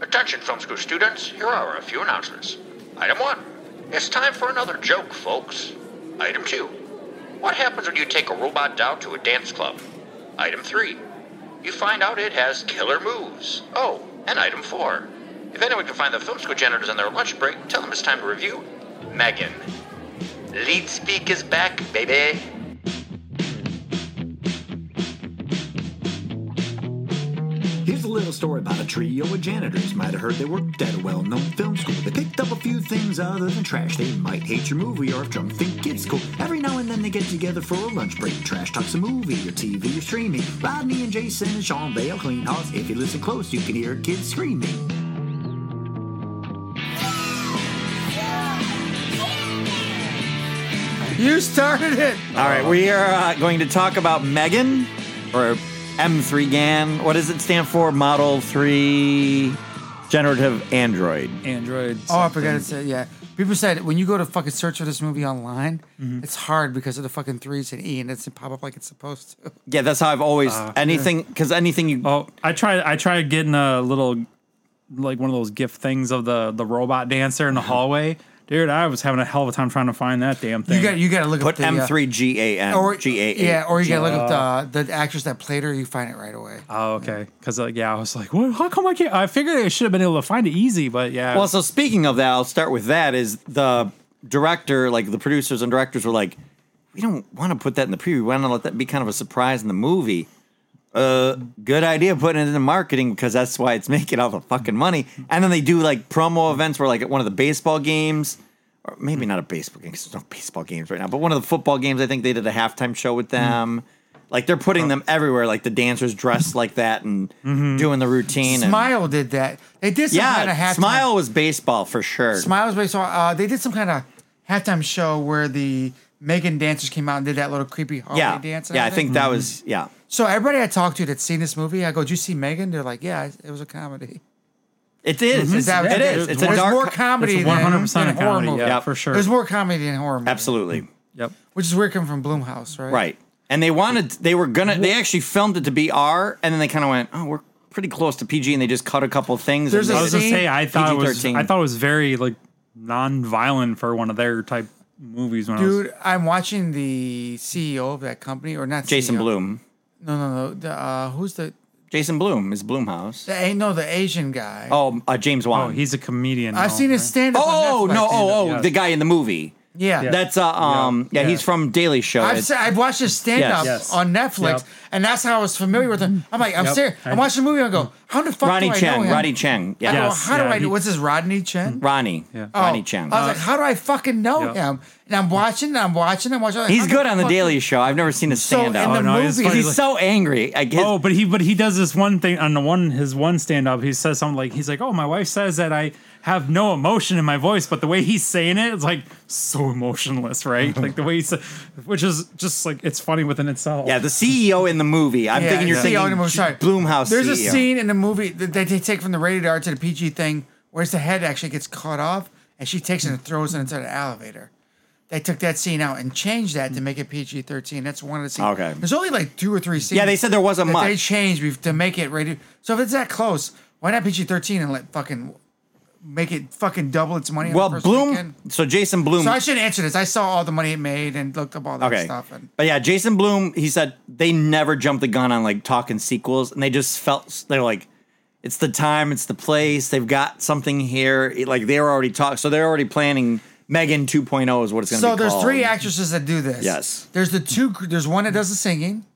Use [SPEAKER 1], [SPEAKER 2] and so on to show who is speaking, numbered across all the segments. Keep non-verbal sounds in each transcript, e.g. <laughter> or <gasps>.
[SPEAKER 1] Attention, film school students, here are a few announcements. Item one, it's time for another joke, folks. Item two, what happens when you take a robot down to a dance club? Item three, you find out it has killer moves. Oh, and item four, if anyone can find the film school janitors on their lunch break, tell them it's time to review Megan. Lead speak is back, baby.
[SPEAKER 2] Here's a little story about a trio of janitors. Might have heard they worked at a well known film school. They picked up a few things other than trash. They might hate your movie or if drunk think kids cool. Every now and then they get together for a lunch break. Trash talks a movie or TV or streaming. Rodney and Jason and Sean Bale clean house. If you listen close, you can hear kids screaming.
[SPEAKER 3] You started it.
[SPEAKER 4] All right, we are uh, going to talk about Megan or M3 GAN. What does it stand for? Model 3 Generative Android.
[SPEAKER 5] Android.
[SPEAKER 3] Oh, I forgot it said yeah. People said when you go to fucking search for this movie online, it's hard because of the fucking threes and E, and it doesn't pop up like it's supposed to.
[SPEAKER 4] Uh, Yeah, that's how I've always anything because anything you
[SPEAKER 5] Oh, I tried. I tried getting a little, like one of those gift things of the the robot dancer in the hallway. Dude, I was having a hell of a time trying to find that damn thing.
[SPEAKER 3] You got you got to look
[SPEAKER 4] put
[SPEAKER 3] up the, uh,
[SPEAKER 4] M3 GAN
[SPEAKER 3] or
[SPEAKER 4] GAA.
[SPEAKER 3] yeah, or you got to look up the the actress that played her. You find it right away.
[SPEAKER 5] oh, okay. Because like, yeah, I was like, what? How come I can't? I figured I should have been able to find it easy, but yeah.
[SPEAKER 4] Well, so speaking of that, I'll start with that. Is the director, like the producers and directors, were like, we don't want to put that in the preview. We want to let that be kind of a surprise in the movie. Uh, good idea putting it in the marketing because that's why it's <laughs> making all the fucking money. And then they do like promo events where like at one of the baseball games, or maybe not a baseball game because there's no baseball games right now, but one of the football games. I think they did a halftime show with them. Like they're putting them everywhere. Like the dancers dressed like that and doing the routine. and-
[SPEAKER 3] Smile did that. They did some kind of
[SPEAKER 4] yeah,
[SPEAKER 3] halftime.
[SPEAKER 4] smile was baseball for sure.
[SPEAKER 3] Smiles based on. Uh, they did some kind of halftime show where the Megan dancers came out and did that little creepy hallway
[SPEAKER 4] yeah,
[SPEAKER 3] dance. and
[SPEAKER 4] yeah. I
[SPEAKER 3] everything.
[SPEAKER 4] think
[SPEAKER 5] Mm-hmm.
[SPEAKER 4] that was yeah.
[SPEAKER 3] So everybody I talked to that's seen this movie, I go, "Did you see Megan?" They're like, "Yeah, it was a comedy."
[SPEAKER 4] It is. It's,
[SPEAKER 3] Mm-hmm.
[SPEAKER 4] it
[SPEAKER 3] That-
[SPEAKER 4] is. It's a
[SPEAKER 3] there's
[SPEAKER 4] dark.
[SPEAKER 3] more comedy.
[SPEAKER 5] it's
[SPEAKER 3] than-
[SPEAKER 5] one hundred percent a
[SPEAKER 3] than horror
[SPEAKER 5] comedy.
[SPEAKER 3] movie.
[SPEAKER 5] Yeah,
[SPEAKER 4] Yep.
[SPEAKER 5] for sure.
[SPEAKER 3] There's more comedy than horror. Movie,
[SPEAKER 4] Absolutely
[SPEAKER 3] Mm-hmm.
[SPEAKER 5] Yep.
[SPEAKER 3] Which is weird coming from Bloomhouse, right?
[SPEAKER 4] right. And they wanted. They were gonna. They actually filmed it to be R, and then they kind of went, "Oh, we're pretty close to PG," and they just cut a couple things.
[SPEAKER 3] There's
[SPEAKER 4] and
[SPEAKER 3] a
[SPEAKER 5] I
[SPEAKER 4] they-
[SPEAKER 5] was gonna
[SPEAKER 3] See?
[SPEAKER 5] say I thought it was.
[SPEAKER 4] PG-13.
[SPEAKER 5] I thought it was very like non-violent for one of their type movies. When I was,
[SPEAKER 3] Dude, I'm watching the CEO of that company, or not
[SPEAKER 4] Jason
[SPEAKER 3] CEO.
[SPEAKER 4] Bloom.
[SPEAKER 3] No, no, no. The, uh, who's the,
[SPEAKER 4] Jason Bloom is Bloomhouse.
[SPEAKER 3] the A- no the Asian guy?
[SPEAKER 4] Oh, uh, James Wan.
[SPEAKER 5] oh, he's a comedian.
[SPEAKER 3] I've
[SPEAKER 5] now,
[SPEAKER 3] seen
[SPEAKER 5] right?
[SPEAKER 3] his stand up.
[SPEAKER 4] Oh no! Oh, oh,
[SPEAKER 5] yes.
[SPEAKER 4] the guy in the movie.
[SPEAKER 3] yeah.
[SPEAKER 4] That's uh, um, yeah,
[SPEAKER 5] Yeah.
[SPEAKER 4] he's from Daily Show.
[SPEAKER 3] I've
[SPEAKER 4] It's-
[SPEAKER 3] se- I've watched his stand up
[SPEAKER 5] Yes.
[SPEAKER 3] on Netflix,
[SPEAKER 5] Yep.
[SPEAKER 3] and that's how I was familiar with him. I'm like, I'm
[SPEAKER 5] Yep.
[SPEAKER 3] serious. I'm watching the movie. and I go, how the fuck
[SPEAKER 4] Ronnie
[SPEAKER 3] do I know
[SPEAKER 4] Cheng.
[SPEAKER 3] him?
[SPEAKER 4] Ronnie Cheng.
[SPEAKER 3] I go,
[SPEAKER 4] Yeah,
[SPEAKER 5] Yes,
[SPEAKER 3] how do
[SPEAKER 5] yeah,
[SPEAKER 3] I?
[SPEAKER 5] he-
[SPEAKER 3] know What's his Rodney Chen?
[SPEAKER 4] Ronnie.
[SPEAKER 5] Yeah.
[SPEAKER 3] Oh.
[SPEAKER 4] Ronnie Cheng.
[SPEAKER 3] I was like, how do I fucking know
[SPEAKER 5] yeah.
[SPEAKER 3] him? And I'm watching, and I'm watching, and I'm watching. I'm like,
[SPEAKER 4] He's
[SPEAKER 3] how
[SPEAKER 4] good on the
[SPEAKER 3] fuck-
[SPEAKER 4] Daily Show. I've never seen a
[SPEAKER 3] So in
[SPEAKER 4] stand
[SPEAKER 3] the
[SPEAKER 4] up.
[SPEAKER 5] Oh, no, it's
[SPEAKER 3] movie,
[SPEAKER 5] funny,
[SPEAKER 4] he's so angry. I guess.
[SPEAKER 5] Oh, but he but he does this one thing on the one his one stand up. He says something like he's like, "Oh, my wife says that I have no emotion in my voice, but the way he's saying it, it's like so emotionless, right? like the way he said, which is just like it's funny within itself.
[SPEAKER 4] yeah, the CEO in the movie. I'm
[SPEAKER 3] Yeah,
[SPEAKER 4] thinking you're
[SPEAKER 3] CEO
[SPEAKER 4] thinking
[SPEAKER 3] in the movie, sorry.
[SPEAKER 4] Bloomhouse. E
[SPEAKER 3] There's a
[SPEAKER 4] CEO.
[SPEAKER 3] scene in the movie that they take from the rated R to the PG thing, whereas the head actually gets cut off, and she takes it and throws it into the elevator. They took that scene out and changed that to make it PG thirteen. That's one of the scenes.
[SPEAKER 4] Okay.
[SPEAKER 3] There's only like two or three scenes.
[SPEAKER 4] Yeah, they said there wasn't
[SPEAKER 3] that
[SPEAKER 4] much.
[SPEAKER 3] They changed bef- to make it rated. So if it's that close, why not PG thirteen and let fucking make it fucking double its money? on the
[SPEAKER 4] Well,
[SPEAKER 3] first
[SPEAKER 4] Bloom.
[SPEAKER 3] weekend?
[SPEAKER 4] So Jason Bloom.
[SPEAKER 3] So I shouldn't answer this. I saw all the money it made and looked up all that
[SPEAKER 4] okay.
[SPEAKER 3] stuff. And
[SPEAKER 4] But yeah, Jason Bloom. He said they never jumped the gun on like talking sequels, and they just felt they're like, it's the time, it's the place. They've got something here. It- like they were already talking, so they're already planning. Megan 2.0 is what it's going to
[SPEAKER 3] So
[SPEAKER 4] be.
[SPEAKER 3] there's
[SPEAKER 4] called.
[SPEAKER 3] three actresses that do this.
[SPEAKER 4] Yes.
[SPEAKER 3] There's the two. There's one that does the singing,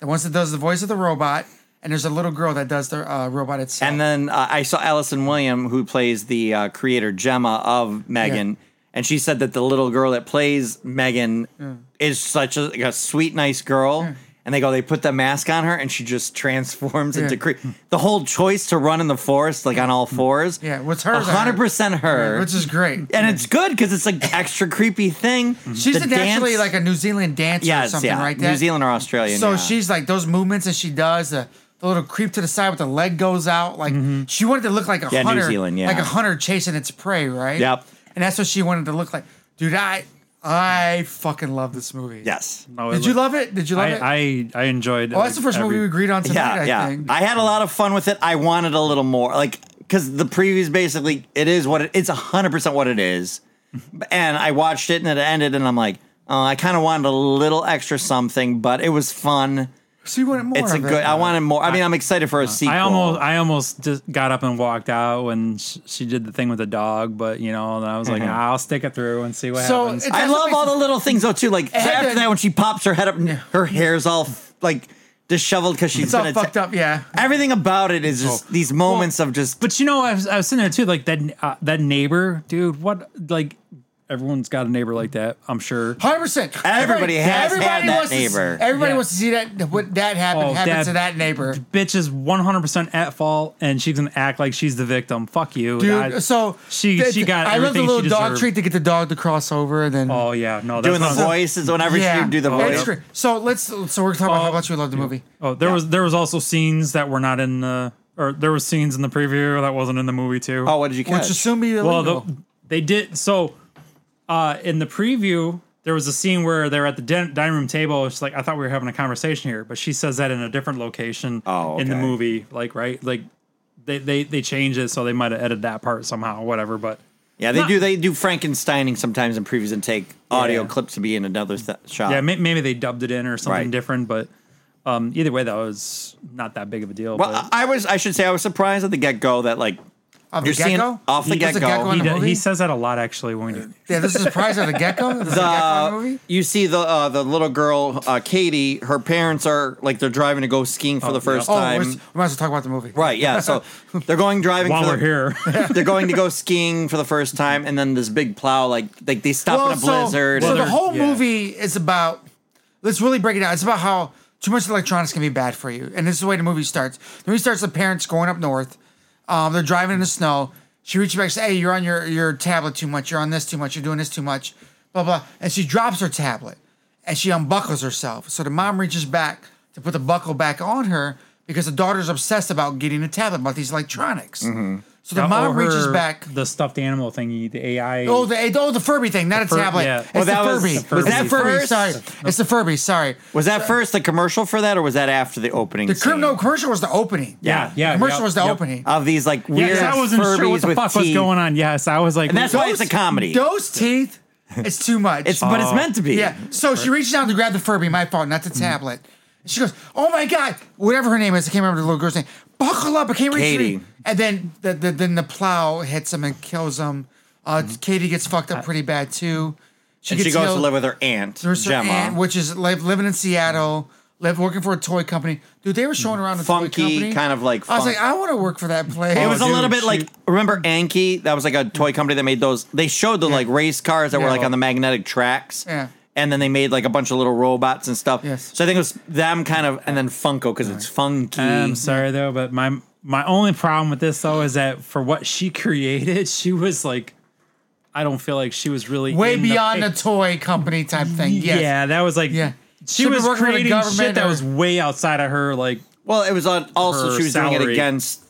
[SPEAKER 3] the one that does the voice of the robot, and there's a little girl that does the uh, robot itself.
[SPEAKER 4] And then uh, I saw Allison William, who plays the uh, creator Gemma of Megan, and she said that the little girl that plays Megan
[SPEAKER 3] Mm.
[SPEAKER 4] is such a, like a sweet, nice girl. And they go, they put the mask on her, and she just transforms into cre- the whole choice to run in the forest, like on all fours.
[SPEAKER 3] Mm. Yeah, what's hers on her?
[SPEAKER 4] hundred percent her,
[SPEAKER 3] which is great.
[SPEAKER 4] and it's good because it's like extra creepy thing.
[SPEAKER 3] She's
[SPEAKER 4] The
[SPEAKER 3] naturally
[SPEAKER 4] dance-
[SPEAKER 3] like a New Zealand dancer or
[SPEAKER 4] yes,
[SPEAKER 3] something,
[SPEAKER 4] yeah,
[SPEAKER 3] right?
[SPEAKER 4] New Zealand or Australian.
[SPEAKER 3] So
[SPEAKER 4] yeah.
[SPEAKER 3] she's like those movements that she does. The, the little creep to the side with the leg goes out. Like she wanted to look like a
[SPEAKER 4] Mm-hmm. Yeah, New
[SPEAKER 3] hunter,
[SPEAKER 4] Zealand, yeah.
[SPEAKER 3] like a hunter chasing its prey, right?
[SPEAKER 4] Yep.
[SPEAKER 3] And that's what she wanted to look like. Dude, I I fucking love this movie.
[SPEAKER 4] yes.
[SPEAKER 5] No, it
[SPEAKER 3] Did you
[SPEAKER 5] look-
[SPEAKER 3] love it? Did you love it?
[SPEAKER 5] I, I I enjoyed.
[SPEAKER 3] Oh, that's the first movie we agreed on tonight.
[SPEAKER 4] yeah,
[SPEAKER 3] I
[SPEAKER 4] yeah.
[SPEAKER 3] think.
[SPEAKER 4] I had a lot of fun with it. I wanted a little more, like because the previews basically it is what it, it's hundred percent what it is. And I watched it and it ended, and I'm like, oh, I kind of wanted a little extra something, but it was fun.
[SPEAKER 3] So you wanted more.
[SPEAKER 4] it's a
[SPEAKER 3] of it.
[SPEAKER 4] good. I wanted more. I mean, I'm excited for a sequel.
[SPEAKER 5] I almost, I almost just got up and walked out when sh- she did the thing with the dog, but you know, and I was like, "Ah, I'll stick it through and see what
[SPEAKER 3] So
[SPEAKER 5] happens.
[SPEAKER 3] it's-
[SPEAKER 4] I love all the little things though too. Like so
[SPEAKER 3] had
[SPEAKER 4] after
[SPEAKER 3] to-
[SPEAKER 4] that, when she pops her head up, and her hair's all like disheveled because she's
[SPEAKER 3] It's all
[SPEAKER 4] been atta-
[SPEAKER 3] fucked up. Yeah.
[SPEAKER 4] Everything about it
[SPEAKER 5] Oh.
[SPEAKER 4] is just these moments of just.
[SPEAKER 5] But you know, I was, I was sitting there too, like that uh, that neighbor, dude. What like everyone's got a neighbor like that, I'm sure.
[SPEAKER 3] Hundred percent.
[SPEAKER 4] Everybody has had that
[SPEAKER 3] wants to-
[SPEAKER 4] neighbor.
[SPEAKER 3] everybody
[SPEAKER 5] Yeah.
[SPEAKER 3] wants to see that what that happen
[SPEAKER 5] Oh,
[SPEAKER 3] happen
[SPEAKER 5] that-
[SPEAKER 3] to that neighbor,
[SPEAKER 5] Bitch is 100% at fault, and she's gonna act like she's the victim. Fuck you,
[SPEAKER 3] dude.
[SPEAKER 5] I-
[SPEAKER 3] so
[SPEAKER 5] she
[SPEAKER 3] th-
[SPEAKER 5] she got.
[SPEAKER 3] I love the
[SPEAKER 5] everything she
[SPEAKER 3] little dog
[SPEAKER 5] deserved.
[SPEAKER 3] treat to get the dog to cross over, and then
[SPEAKER 5] Oh yeah, no, that's
[SPEAKER 4] Doing the
[SPEAKER 5] what I'm-
[SPEAKER 4] voices whenever she would do the
[SPEAKER 5] Oh,
[SPEAKER 4] voice.
[SPEAKER 3] It's great. So let's so we're talking about how much we love the movie.
[SPEAKER 5] Oh, there was there was also scenes that were not in the or there was scenes in the preview that wasn't in the movie too.
[SPEAKER 4] Oh, what did you catch?
[SPEAKER 3] Which assume be
[SPEAKER 5] well,
[SPEAKER 3] illegal.
[SPEAKER 5] the, they did so. Uh, in the preview, there was a scene where they're at the din- dining room table. It's like I thought we were having a conversation here, but she says that in a different location
[SPEAKER 4] Oh,
[SPEAKER 5] in the
[SPEAKER 4] okay.
[SPEAKER 5] movie. Like right, like they they they changed it, so they might have edited that part somehow, whatever. But
[SPEAKER 4] yeah, they
[SPEAKER 5] not-
[SPEAKER 4] do. They do Frankensteining sometimes in previews and take audio
[SPEAKER 5] Yeah.
[SPEAKER 4] clips to be in another th- shot.
[SPEAKER 5] yeah, may, maybe they dubbed it in or something
[SPEAKER 4] Right.
[SPEAKER 5] different. But um, either way, that was not that big of a deal.
[SPEAKER 4] well, uh,
[SPEAKER 5] but-
[SPEAKER 4] I I was. I should say I was surprised at the get go that like
[SPEAKER 3] Of
[SPEAKER 4] you're
[SPEAKER 3] the
[SPEAKER 4] seeing
[SPEAKER 3] gecko?
[SPEAKER 4] off the
[SPEAKER 3] He- there's
[SPEAKER 4] get
[SPEAKER 3] a gecko
[SPEAKER 4] go.
[SPEAKER 3] in
[SPEAKER 5] he,
[SPEAKER 3] the
[SPEAKER 5] d- he
[SPEAKER 3] movie?
[SPEAKER 5] says that a lot actually
[SPEAKER 4] Uh,
[SPEAKER 5] when we
[SPEAKER 3] yeah, this is a prize of
[SPEAKER 4] <laughs>
[SPEAKER 3] the gecko. This is a gecko
[SPEAKER 4] the
[SPEAKER 3] movie.
[SPEAKER 4] uh, you see the uh, the little girl uh, Katie. Her parents are like they're driving to go skiing for the first
[SPEAKER 3] Oh, we're,
[SPEAKER 4] time.
[SPEAKER 3] s- we might as well talk about the movie.
[SPEAKER 4] Right, yeah. So they're going driving
[SPEAKER 5] while
[SPEAKER 4] for
[SPEAKER 5] we're
[SPEAKER 4] the-
[SPEAKER 5] here.
[SPEAKER 4] <laughs> they're going to go skiing for the first time, and then this big plow, like like they stop in a blizzard.
[SPEAKER 3] So, so
[SPEAKER 4] and
[SPEAKER 3] the
[SPEAKER 5] Well,
[SPEAKER 3] whole
[SPEAKER 5] yeah.
[SPEAKER 3] movie is about. Let's really break it down. It's about how too much electronics can be bad for you, and this is the way the movie starts. The movie starts with parents going up north. Um, they're driving in the snow. She reaches back, and says, "Hey, you're on your your tablet too much. You're on this too much. You're doing this too much." Blah blah. And she drops her tablet, and she unbuckles herself. So the mom reaches back to put the buckle back on her because the daughter's obsessed about getting a tablet about these electronics. So
[SPEAKER 5] <laughs>
[SPEAKER 3] the
[SPEAKER 5] Oh,
[SPEAKER 3] mom reaches
[SPEAKER 5] her-
[SPEAKER 3] back.
[SPEAKER 5] The stuffed animal thingy, the AI.
[SPEAKER 3] Oh, the oh the Furby thing, not
[SPEAKER 5] Fur-
[SPEAKER 3] a tablet.
[SPEAKER 5] yeah.
[SPEAKER 3] It's
[SPEAKER 5] Well,
[SPEAKER 3] the
[SPEAKER 4] that was-
[SPEAKER 3] Furby.
[SPEAKER 4] the Furby.
[SPEAKER 3] It's the
[SPEAKER 4] Was that
[SPEAKER 3] Furby.
[SPEAKER 4] first?
[SPEAKER 3] Sorry, it's the Furby. Sorry.
[SPEAKER 4] was that first the commercial for that, or was that after the opening?
[SPEAKER 3] The cur-
[SPEAKER 4] scene?
[SPEAKER 3] no commercial was the opening.
[SPEAKER 5] Yeah, yeah,
[SPEAKER 3] commercial
[SPEAKER 5] yep,
[SPEAKER 3] was the
[SPEAKER 5] yep.
[SPEAKER 3] opening.
[SPEAKER 4] of these like
[SPEAKER 5] yeah,
[SPEAKER 4] weird
[SPEAKER 5] 'cause I wasn't
[SPEAKER 4] Furbies
[SPEAKER 5] sure what the
[SPEAKER 4] with
[SPEAKER 5] fuck
[SPEAKER 4] teeth.
[SPEAKER 5] was going on. Yes, I was like,
[SPEAKER 4] And that's why it's a comedy.
[SPEAKER 3] Those teeth, it's too much.
[SPEAKER 4] It's but it's meant to be.
[SPEAKER 3] yeah. So she reaches out to grab the Furby. My fault, not the tablet. She goes, "Oh my god!" Whatever her name is, I can't remember the little girl's name. Buckle up! I can't reach
[SPEAKER 4] Katie.
[SPEAKER 3] you. And then the, the then the plow hits him and kills him. Uh, Katie gets fucked up pretty bad
[SPEAKER 4] And
[SPEAKER 3] too.
[SPEAKER 4] she
[SPEAKER 3] gets
[SPEAKER 4] goes to
[SPEAKER 3] healed.
[SPEAKER 4] live with her aunt
[SPEAKER 3] There's her
[SPEAKER 4] Gemma.
[SPEAKER 3] aunt, which is li- living in Seattle, live, working for a toy company. Dude, they were showing around a
[SPEAKER 4] Funky,
[SPEAKER 3] toy company.
[SPEAKER 4] kind of like
[SPEAKER 3] I was
[SPEAKER 4] fun-
[SPEAKER 3] like, I want to work for that place.
[SPEAKER 4] it was
[SPEAKER 5] Oh,
[SPEAKER 4] a little
[SPEAKER 5] dude,
[SPEAKER 4] bit
[SPEAKER 5] she-
[SPEAKER 4] like remember Anki? That was like a toy company that made those. They showed the like race cars that were
[SPEAKER 3] Yeah.
[SPEAKER 4] like on the magnetic tracks.
[SPEAKER 3] Yeah.
[SPEAKER 4] And then they made like a bunch of little robots and stuff.
[SPEAKER 3] Yes.
[SPEAKER 4] So I think it was them kind of, and then Funko because it's funky.
[SPEAKER 5] I'm sorry though, but my my only problem with this though is that for what she <laughs> created, she was like, I don't feel like she was really
[SPEAKER 3] way
[SPEAKER 5] in
[SPEAKER 3] beyond
[SPEAKER 5] the,
[SPEAKER 3] a toy company type thing. Yes.
[SPEAKER 5] Yeah, that was like,
[SPEAKER 3] Yeah.
[SPEAKER 5] she
[SPEAKER 3] Should be
[SPEAKER 5] was
[SPEAKER 3] working for the
[SPEAKER 5] creating shit
[SPEAKER 3] government
[SPEAKER 5] that
[SPEAKER 3] or-
[SPEAKER 5] was way outside of her. Like,
[SPEAKER 4] Well, it was on, also
[SPEAKER 5] Her
[SPEAKER 4] she was doing it
[SPEAKER 5] salary.
[SPEAKER 4] against.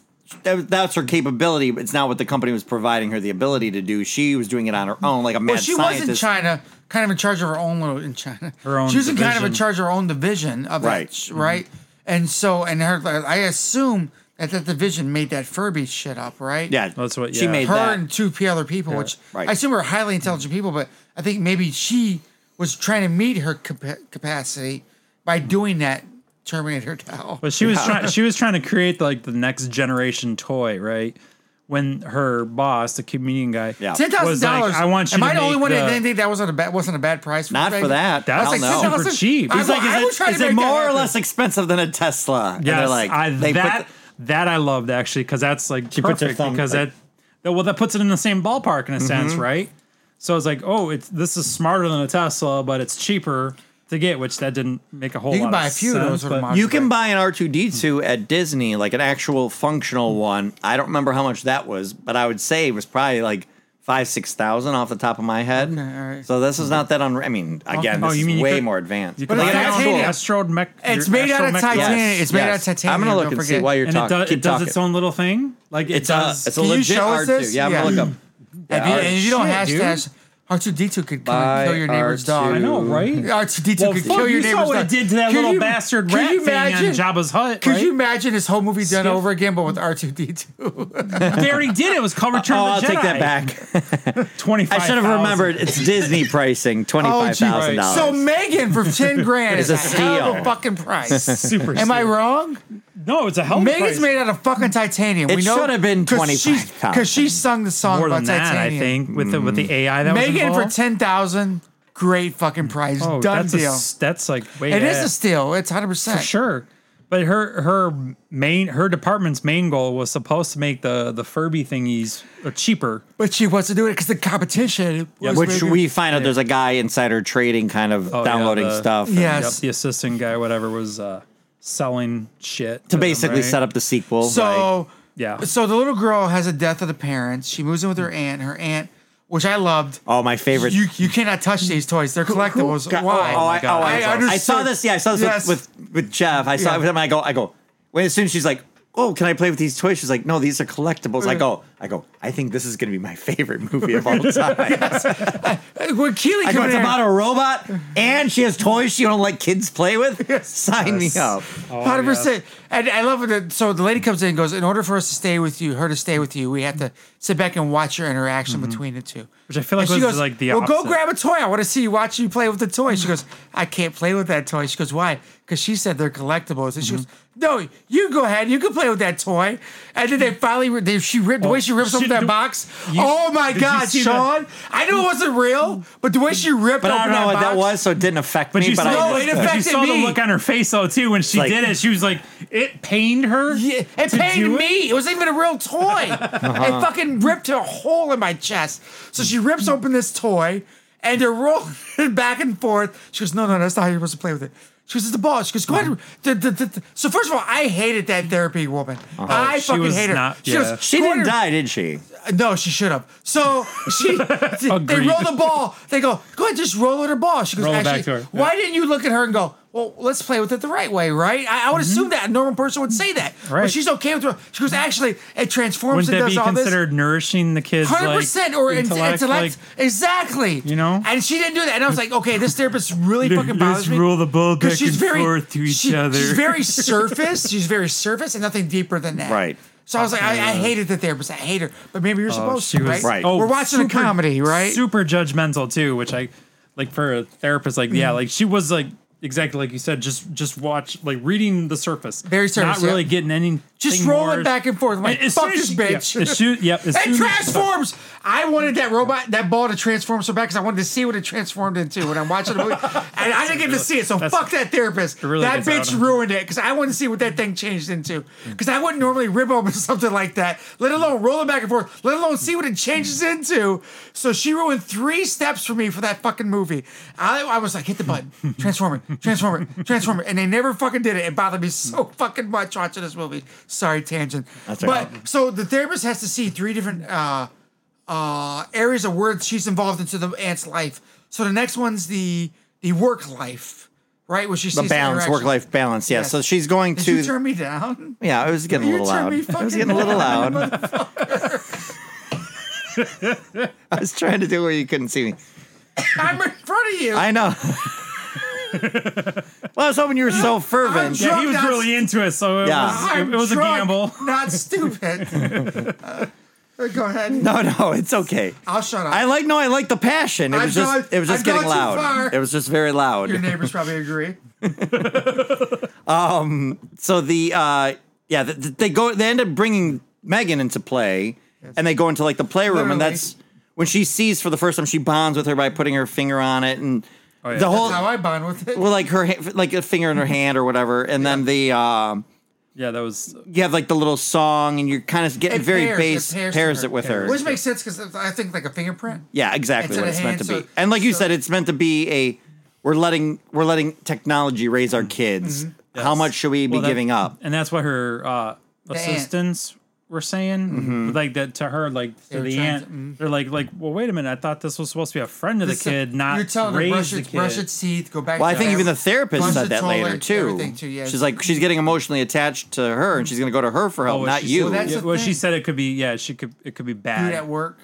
[SPEAKER 4] that- That's her capability, but it's not what the company was providing her the ability to do. She was doing it on her own, like a mad
[SPEAKER 3] Well, she was in
[SPEAKER 4] scientist.
[SPEAKER 3] China, kind of in charge of her own little in China.
[SPEAKER 5] Her own
[SPEAKER 3] She was in kind of in
[SPEAKER 5] division.
[SPEAKER 3] charge of her own division of
[SPEAKER 4] Right.
[SPEAKER 3] that, sh- right? And so, and her, I assume that that division made that Furby shit up, right?
[SPEAKER 4] Yeah,
[SPEAKER 5] That's what-
[SPEAKER 4] she
[SPEAKER 5] yeah.
[SPEAKER 4] made.
[SPEAKER 3] her
[SPEAKER 4] that.
[SPEAKER 3] and two p- other people, which
[SPEAKER 4] Right.
[SPEAKER 3] I assume are highly intelligent people, but I think maybe she was trying to meet her capa- capacity by doing that Terminator doll.
[SPEAKER 5] But she <laughs> was trying. She was trying to create like the next generation toy, right? When her boss, the comedian guy,
[SPEAKER 4] Yeah.
[SPEAKER 3] <laughs> Ten thousand
[SPEAKER 5] was like,
[SPEAKER 3] dollars.
[SPEAKER 5] I want you.
[SPEAKER 3] Am
[SPEAKER 5] to
[SPEAKER 3] I the only
[SPEAKER 5] make
[SPEAKER 3] one that
[SPEAKER 5] the-
[SPEAKER 3] didn't think that wasn't a bad wasn't a bad price? For
[SPEAKER 4] Not
[SPEAKER 3] the
[SPEAKER 4] for
[SPEAKER 3] thing?
[SPEAKER 4] that.
[SPEAKER 5] That's
[SPEAKER 4] Hell
[SPEAKER 5] like
[SPEAKER 4] no.
[SPEAKER 5] super
[SPEAKER 3] $10,000?
[SPEAKER 5] cheap.
[SPEAKER 3] I
[SPEAKER 5] He's
[SPEAKER 3] will-
[SPEAKER 4] like, is
[SPEAKER 3] I will
[SPEAKER 4] it,
[SPEAKER 3] try to
[SPEAKER 4] is it
[SPEAKER 3] make that
[SPEAKER 4] more or
[SPEAKER 3] happen.
[SPEAKER 4] less expensive than a Tesla? And
[SPEAKER 5] Yes,
[SPEAKER 4] they're like,
[SPEAKER 5] I,
[SPEAKER 4] they put
[SPEAKER 5] that
[SPEAKER 4] the-
[SPEAKER 5] that I love actually because that's like
[SPEAKER 4] puts her
[SPEAKER 5] perfect
[SPEAKER 4] thumb,
[SPEAKER 5] because
[SPEAKER 4] like-
[SPEAKER 5] that that well that puts it in the same ballpark in a sense,
[SPEAKER 4] Mm-hmm.
[SPEAKER 5] right? So it's like, oh, it's this is smarter than a Tesla, but it's cheaper to get, which that didn't make a whole.
[SPEAKER 3] You can
[SPEAKER 5] lot
[SPEAKER 3] buy
[SPEAKER 5] of
[SPEAKER 3] a few of
[SPEAKER 5] sense,
[SPEAKER 3] those with
[SPEAKER 5] but-
[SPEAKER 3] a mod-
[SPEAKER 4] You can buy an R two D two at Disney, like an actual functional one. I don't remember how much that was, but I would say it was probably like five six thousand off the top of my head.
[SPEAKER 3] alright.
[SPEAKER 4] So this is not that unre I mean, again,
[SPEAKER 5] Oh,
[SPEAKER 4] this
[SPEAKER 5] you
[SPEAKER 4] is
[SPEAKER 5] mean you
[SPEAKER 4] way
[SPEAKER 5] could-
[SPEAKER 4] more advanced.
[SPEAKER 5] You
[SPEAKER 3] But
[SPEAKER 5] can
[SPEAKER 3] it's
[SPEAKER 5] buy an actual
[SPEAKER 3] titanium.
[SPEAKER 5] astro mech.
[SPEAKER 3] It's made out of
[SPEAKER 5] astromech-
[SPEAKER 3] titanium.
[SPEAKER 5] Yes.
[SPEAKER 3] It's made out of titanium,
[SPEAKER 4] I'm gonna look
[SPEAKER 3] don't
[SPEAKER 4] and see
[SPEAKER 3] forget.
[SPEAKER 4] why you're
[SPEAKER 5] And it
[SPEAKER 4] talking.
[SPEAKER 5] does,
[SPEAKER 4] Keep
[SPEAKER 5] it does
[SPEAKER 4] talking.
[SPEAKER 5] its own little thing. Like it
[SPEAKER 4] It's a
[SPEAKER 5] does.
[SPEAKER 4] it's a
[SPEAKER 3] Can you
[SPEAKER 4] legit
[SPEAKER 3] show us
[SPEAKER 4] R two.
[SPEAKER 3] this?
[SPEAKER 4] Yeah, I'm
[SPEAKER 3] Yeah.
[SPEAKER 4] gonna look up.
[SPEAKER 3] If you,
[SPEAKER 4] Yeah,
[SPEAKER 3] and if you don't
[SPEAKER 5] shit, dude.
[SPEAKER 3] hashtag, R two D two could come and kill
[SPEAKER 4] By
[SPEAKER 3] your neighbor's dog.
[SPEAKER 5] I know, right?
[SPEAKER 3] R two D two
[SPEAKER 5] Well,
[SPEAKER 3] could
[SPEAKER 5] fuck,
[SPEAKER 3] kill your
[SPEAKER 5] you saw
[SPEAKER 3] neighbor's
[SPEAKER 5] what
[SPEAKER 3] dog.
[SPEAKER 5] it did to that
[SPEAKER 3] Could
[SPEAKER 5] little
[SPEAKER 3] you-
[SPEAKER 5] bastard
[SPEAKER 3] could
[SPEAKER 5] rat
[SPEAKER 3] you imagine-
[SPEAKER 5] thing on Jabba's hut.
[SPEAKER 3] Could
[SPEAKER 5] right?
[SPEAKER 3] you imagine this whole movie done
[SPEAKER 5] Skip.
[SPEAKER 3] over again, but with R two D two?
[SPEAKER 5] they already did it. It was called Return
[SPEAKER 4] Oh,
[SPEAKER 5] of
[SPEAKER 4] I'll
[SPEAKER 5] the Jedi.
[SPEAKER 4] take that back.
[SPEAKER 5] Twenty
[SPEAKER 4] I
[SPEAKER 5] five.
[SPEAKER 4] should have remembered it's Disney pricing, twenty five thousand dollars.
[SPEAKER 3] Oh, So Megan
[SPEAKER 4] <laughs>
[SPEAKER 3] for ten grand
[SPEAKER 4] It's a
[SPEAKER 3] is a hell of
[SPEAKER 4] steal.
[SPEAKER 3] a fucking
[SPEAKER 4] <laughs>
[SPEAKER 3] price.
[SPEAKER 5] Super.
[SPEAKER 3] Am I
[SPEAKER 5] serious.
[SPEAKER 3] wrong?
[SPEAKER 5] No, it's a hell of a
[SPEAKER 3] Megan's
[SPEAKER 5] price.
[SPEAKER 3] made out of fucking titanium.
[SPEAKER 4] It
[SPEAKER 3] we know
[SPEAKER 4] should have been $25,000.
[SPEAKER 3] because she sung the song
[SPEAKER 5] more
[SPEAKER 3] about
[SPEAKER 5] than that.
[SPEAKER 3] titanium.
[SPEAKER 5] I think with the with the AI that was
[SPEAKER 3] Megan for
[SPEAKER 5] involved.
[SPEAKER 3] ten thousand, great fucking price,
[SPEAKER 5] Oh,
[SPEAKER 3] done
[SPEAKER 5] that's a
[SPEAKER 3] deal.
[SPEAKER 5] s- that's like way.
[SPEAKER 3] It is
[SPEAKER 5] ahead.
[SPEAKER 3] a steal. It's hundred percent.
[SPEAKER 5] for sure. But her her main her department's main goal was supposed to make the the Furby thingies uh, cheaper.
[SPEAKER 3] But she wants to do it because the competition. was
[SPEAKER 4] which
[SPEAKER 3] making-
[SPEAKER 4] we find out there's a guy insider trading, kind of
[SPEAKER 5] yeah,
[SPEAKER 4] downloading
[SPEAKER 5] the-
[SPEAKER 4] stuff. and-
[SPEAKER 3] Yeah.
[SPEAKER 5] Yep,
[SPEAKER 3] Yes.
[SPEAKER 5] the assistant guy, whatever, was uh, selling shit
[SPEAKER 4] To basically set up the sequel.
[SPEAKER 3] So
[SPEAKER 5] Yeah.
[SPEAKER 3] So the little girl has a death of the parents. She moves in with her aunt. Her aunt, which I loved.
[SPEAKER 4] oh, my favorite.
[SPEAKER 3] You you cannot touch these toys. They're collectibles.
[SPEAKER 4] God,
[SPEAKER 3] Why?
[SPEAKER 4] Oh, oh, I, oh,
[SPEAKER 3] I
[SPEAKER 4] I, I saw
[SPEAKER 3] understood.
[SPEAKER 4] this. Yeah, I saw this
[SPEAKER 3] Yes.
[SPEAKER 4] with, with with Jeff. I saw
[SPEAKER 3] Yeah.
[SPEAKER 4] it with him. I go, I go. When as soon as she's like, "Oh, can I play with these toys?" She's like, "No, these are collectibles."
[SPEAKER 3] Mm.
[SPEAKER 4] I go, I go. I think this is going to be my favorite movie
[SPEAKER 3] <laughs>
[SPEAKER 4] of all time.
[SPEAKER 3] When Keely
[SPEAKER 4] I go,
[SPEAKER 3] came in
[SPEAKER 4] it's
[SPEAKER 3] there-
[SPEAKER 4] about a robot, and she has toys she don't let kids play with. Sign me up.
[SPEAKER 5] Oh,
[SPEAKER 3] Hundred percent. And I love it. So the lady comes in and goes, "In order for us to stay with you, her to stay with you, we have to sit back and watch your interaction between the two.
[SPEAKER 5] Mm-hmm. Which I feel like
[SPEAKER 3] and she
[SPEAKER 5] was
[SPEAKER 3] goes,
[SPEAKER 5] like the
[SPEAKER 3] "Well, go
[SPEAKER 5] opposite.
[SPEAKER 3] grab a toy. I want to see you watch you play with the toy." She goes, "I can't play with that toy." She goes, "Why?" Because she said they're collectibles. And she
[SPEAKER 5] Mm-hmm.
[SPEAKER 3] goes, "No, you go ahead. You can play with that toy." And then they finally, re- they, she ripped the way she ripped
[SPEAKER 5] Mm-hmm. Oh, she-
[SPEAKER 3] open that
[SPEAKER 5] do-
[SPEAKER 3] box.
[SPEAKER 5] you-
[SPEAKER 3] oh my
[SPEAKER 5] did you
[SPEAKER 3] God,
[SPEAKER 5] see the-
[SPEAKER 3] Sean! I knew it wasn't real, but the way she ripped
[SPEAKER 4] But
[SPEAKER 3] open
[SPEAKER 4] I don't know what
[SPEAKER 3] that box,
[SPEAKER 4] that was, so it didn't affect
[SPEAKER 5] But
[SPEAKER 4] me.
[SPEAKER 5] you
[SPEAKER 4] But
[SPEAKER 5] saw,
[SPEAKER 3] No,
[SPEAKER 4] I,
[SPEAKER 3] it
[SPEAKER 5] the- but you
[SPEAKER 3] affected
[SPEAKER 5] saw the
[SPEAKER 3] me.
[SPEAKER 5] look on her face though too when she
[SPEAKER 4] like-
[SPEAKER 5] did it. She was like, it pained <laughs> her.
[SPEAKER 3] Yeah, it
[SPEAKER 5] to do
[SPEAKER 3] pained
[SPEAKER 5] it?
[SPEAKER 3] me. It? wasn't even a real toy.
[SPEAKER 4] Uh-huh.
[SPEAKER 3] It fucking ripped a hole in my chest. So she rips open this toy and they're rolling <laughs> it back and forth. She goes, No, no, that's not how you're supposed to play with it. She goes, It's a ball. She goes, Go ahead.
[SPEAKER 4] Uh-huh.
[SPEAKER 3] D- d- d- d- So, first of all, I hated that therapy woman. I
[SPEAKER 5] She
[SPEAKER 3] fucking
[SPEAKER 5] was
[SPEAKER 3] hate her.
[SPEAKER 5] not-
[SPEAKER 3] she
[SPEAKER 5] yeah.
[SPEAKER 3] goes,
[SPEAKER 4] Uh-huh. she
[SPEAKER 3] "Go
[SPEAKER 4] didn't
[SPEAKER 3] ahead."
[SPEAKER 4] die, did she?
[SPEAKER 3] Uh, No, she should have. So
[SPEAKER 5] <laughs>
[SPEAKER 3] she, they roll
[SPEAKER 5] Agreed.
[SPEAKER 3] the ball. They go, go ahead, just roll her the ball. She goes,
[SPEAKER 5] Roll it
[SPEAKER 3] actually,
[SPEAKER 5] back to her. Yeah.
[SPEAKER 3] why didn't you look at her and go, well, let's play with it the right way, right? I, I would assume that a normal person would say that, but
[SPEAKER 5] Mm-hmm. Right.
[SPEAKER 3] she's okay with it. She goes, actually, it transforms
[SPEAKER 5] Wouldn't
[SPEAKER 3] and
[SPEAKER 5] that
[SPEAKER 3] does
[SPEAKER 5] be
[SPEAKER 3] all this.
[SPEAKER 5] considered nourishing the kids?
[SPEAKER 3] Hundred percent, or
[SPEAKER 5] like,
[SPEAKER 3] intellect, intellect
[SPEAKER 5] like,
[SPEAKER 3] exactly.
[SPEAKER 5] You know?
[SPEAKER 3] and she didn't do that, and I was like, okay, this therapist really
[SPEAKER 5] Let-
[SPEAKER 3] fucking
[SPEAKER 5] let's
[SPEAKER 3] bothers me.
[SPEAKER 5] roll the ball
[SPEAKER 3] 'Cause
[SPEAKER 5] back and forth to each
[SPEAKER 3] she-
[SPEAKER 5] other.
[SPEAKER 3] She's
[SPEAKER 5] <laughs>
[SPEAKER 3] very surface. she's very surface, and nothing deeper than that.
[SPEAKER 4] Right.
[SPEAKER 3] So I was like, I, I hated the therapist. I hate her, but maybe you're supposed
[SPEAKER 5] she
[SPEAKER 3] to, right?
[SPEAKER 5] was
[SPEAKER 4] Right.
[SPEAKER 5] Oh,
[SPEAKER 3] We're watching
[SPEAKER 5] super-
[SPEAKER 3] a comedy, right?
[SPEAKER 5] Super judgmental too, which I like for a therapist. Like,
[SPEAKER 3] Mm.
[SPEAKER 5] yeah, like she was like exactly like you said, just just watch, like reading the surface,
[SPEAKER 3] Very surface,
[SPEAKER 5] not really
[SPEAKER 3] yeah.
[SPEAKER 5] getting any.
[SPEAKER 3] Just rolling back and forth. I'm like,
[SPEAKER 5] as
[SPEAKER 3] fuck
[SPEAKER 5] soon as
[SPEAKER 3] this bitch.
[SPEAKER 5] she- Yeah, as soon- yep, as
[SPEAKER 3] <laughs> It
[SPEAKER 5] soon as-
[SPEAKER 3] transforms. I wanted that robot, that ball to transform so bad because I wanted to see what it transformed into when I'm
[SPEAKER 5] <laughs>
[SPEAKER 3] watching the movie, and I didn't get to see it. So
[SPEAKER 5] That's-
[SPEAKER 3] fuck that therapist.
[SPEAKER 5] it really
[SPEAKER 3] that
[SPEAKER 5] gets out
[SPEAKER 3] bitch
[SPEAKER 5] on-
[SPEAKER 3] ruined it because I wanted to see what that thing changed into. Because I wouldn't normally rip open <laughs> something like that, let alone roll it back and forth, let alone see what it changes into. So she ruined three steps for me for that fucking movie. I, I was like, hit
[SPEAKER 4] <laughs>
[SPEAKER 3] the button, transform it, transform it, transform it, and they never fucking did it. It bothered me <laughs> so fucking much watching this movie. Sorry, tangent.
[SPEAKER 4] That's all
[SPEAKER 3] but so the therapist has to see three different uh, uh, areas of where she's involved into the aunt's life. So the next one's the the work life, right? Where she
[SPEAKER 4] The
[SPEAKER 3] sees
[SPEAKER 4] balance,
[SPEAKER 3] interaction.
[SPEAKER 4] work life balance. Yeah.
[SPEAKER 3] Yes.
[SPEAKER 4] So she's going
[SPEAKER 3] Did
[SPEAKER 4] to.
[SPEAKER 3] you turn
[SPEAKER 4] <laughs>
[SPEAKER 3] me down?
[SPEAKER 4] yeah, it was getting a
[SPEAKER 3] You
[SPEAKER 4] little
[SPEAKER 3] turned
[SPEAKER 4] loud.
[SPEAKER 3] me
[SPEAKER 4] It
[SPEAKER 3] fucking
[SPEAKER 4] was getting a
[SPEAKER 3] <laughs>
[SPEAKER 4] little
[SPEAKER 3] down,
[SPEAKER 4] loud. <laughs> I was trying to do where you couldn't see me.
[SPEAKER 3] I'm in front of you.
[SPEAKER 4] I know. well, I was hoping you were so fervent.
[SPEAKER 3] I'm
[SPEAKER 5] Yeah, he was
[SPEAKER 3] Drunk
[SPEAKER 5] really into it, so it
[SPEAKER 4] Yeah.
[SPEAKER 5] was,
[SPEAKER 3] I'm
[SPEAKER 5] it, was a
[SPEAKER 3] drunk,
[SPEAKER 5] gamble.
[SPEAKER 3] not stupid.
[SPEAKER 4] <laughs>
[SPEAKER 3] Uh, go ahead.
[SPEAKER 4] No, no, it's okay.
[SPEAKER 3] I'll shut up.
[SPEAKER 4] I like no, I like the passion. It
[SPEAKER 3] I've
[SPEAKER 4] was just
[SPEAKER 3] gone-
[SPEAKER 4] it was just
[SPEAKER 3] I've
[SPEAKER 4] getting
[SPEAKER 3] gone too far.
[SPEAKER 4] loud. It was just very loud.
[SPEAKER 3] Your neighbors probably agree.
[SPEAKER 4] so the uh yeah, th th- they go they end up bringing Megan into play and they go into like the playroom
[SPEAKER 3] Literally.
[SPEAKER 4] and that's when she sees for the first time she bonds with her by putting her finger on it and
[SPEAKER 5] yeah.
[SPEAKER 4] the whole
[SPEAKER 3] Oh, That's how I bond with it.
[SPEAKER 4] well like her ha- like a finger in her hand or whatever and then the um
[SPEAKER 5] Yeah, that was
[SPEAKER 4] you have like the little song and you're kind of getting
[SPEAKER 3] It
[SPEAKER 4] very
[SPEAKER 3] pairs- it
[SPEAKER 4] base
[SPEAKER 3] pairs
[SPEAKER 4] pairs,
[SPEAKER 3] to her.
[SPEAKER 4] it with her
[SPEAKER 3] Which makes sense because I think like a fingerprint.
[SPEAKER 4] Yeah, exactly
[SPEAKER 3] It's
[SPEAKER 4] what
[SPEAKER 3] in
[SPEAKER 4] it's
[SPEAKER 3] a
[SPEAKER 4] meant to
[SPEAKER 3] hand,
[SPEAKER 4] be.
[SPEAKER 3] so-
[SPEAKER 4] and like you
[SPEAKER 3] so-
[SPEAKER 4] said, it's meant to be a we're letting we're letting technology raise
[SPEAKER 3] Mm-hmm.
[SPEAKER 4] our kids. How much should we be
[SPEAKER 5] Well, that-
[SPEAKER 4] giving up?
[SPEAKER 5] and that's what her uh,
[SPEAKER 3] aunt.
[SPEAKER 5] assistants were saying,
[SPEAKER 4] Mm-hmm.
[SPEAKER 5] like that to her, like to
[SPEAKER 3] were
[SPEAKER 5] the
[SPEAKER 3] trying
[SPEAKER 5] aunt.
[SPEAKER 3] to- mm-hmm.
[SPEAKER 5] They're like, like, well, wait a minute, I thought this was supposed to be a friend of the
[SPEAKER 3] This-
[SPEAKER 5] kid, not
[SPEAKER 3] you're telling her
[SPEAKER 5] raise
[SPEAKER 3] brush
[SPEAKER 5] the
[SPEAKER 3] its,
[SPEAKER 5] kid.
[SPEAKER 3] brush its teeth, go back.
[SPEAKER 4] Well, I
[SPEAKER 3] to
[SPEAKER 4] think even the
[SPEAKER 3] brush
[SPEAKER 4] therapist said
[SPEAKER 3] the
[SPEAKER 4] that later
[SPEAKER 3] toilet,
[SPEAKER 4] too.
[SPEAKER 3] everything too, yeah.
[SPEAKER 4] She's like she's getting emotionally attached to her, and she's going to go to her for help,
[SPEAKER 5] what
[SPEAKER 4] not
[SPEAKER 5] Oh, she
[SPEAKER 4] you.
[SPEAKER 5] said-
[SPEAKER 3] Well, that's
[SPEAKER 5] yeah,
[SPEAKER 3] the
[SPEAKER 5] well, she
[SPEAKER 3] thing.
[SPEAKER 5] said it could be. Yeah, she could. It could be
[SPEAKER 3] dude
[SPEAKER 5] bad.
[SPEAKER 3] at work.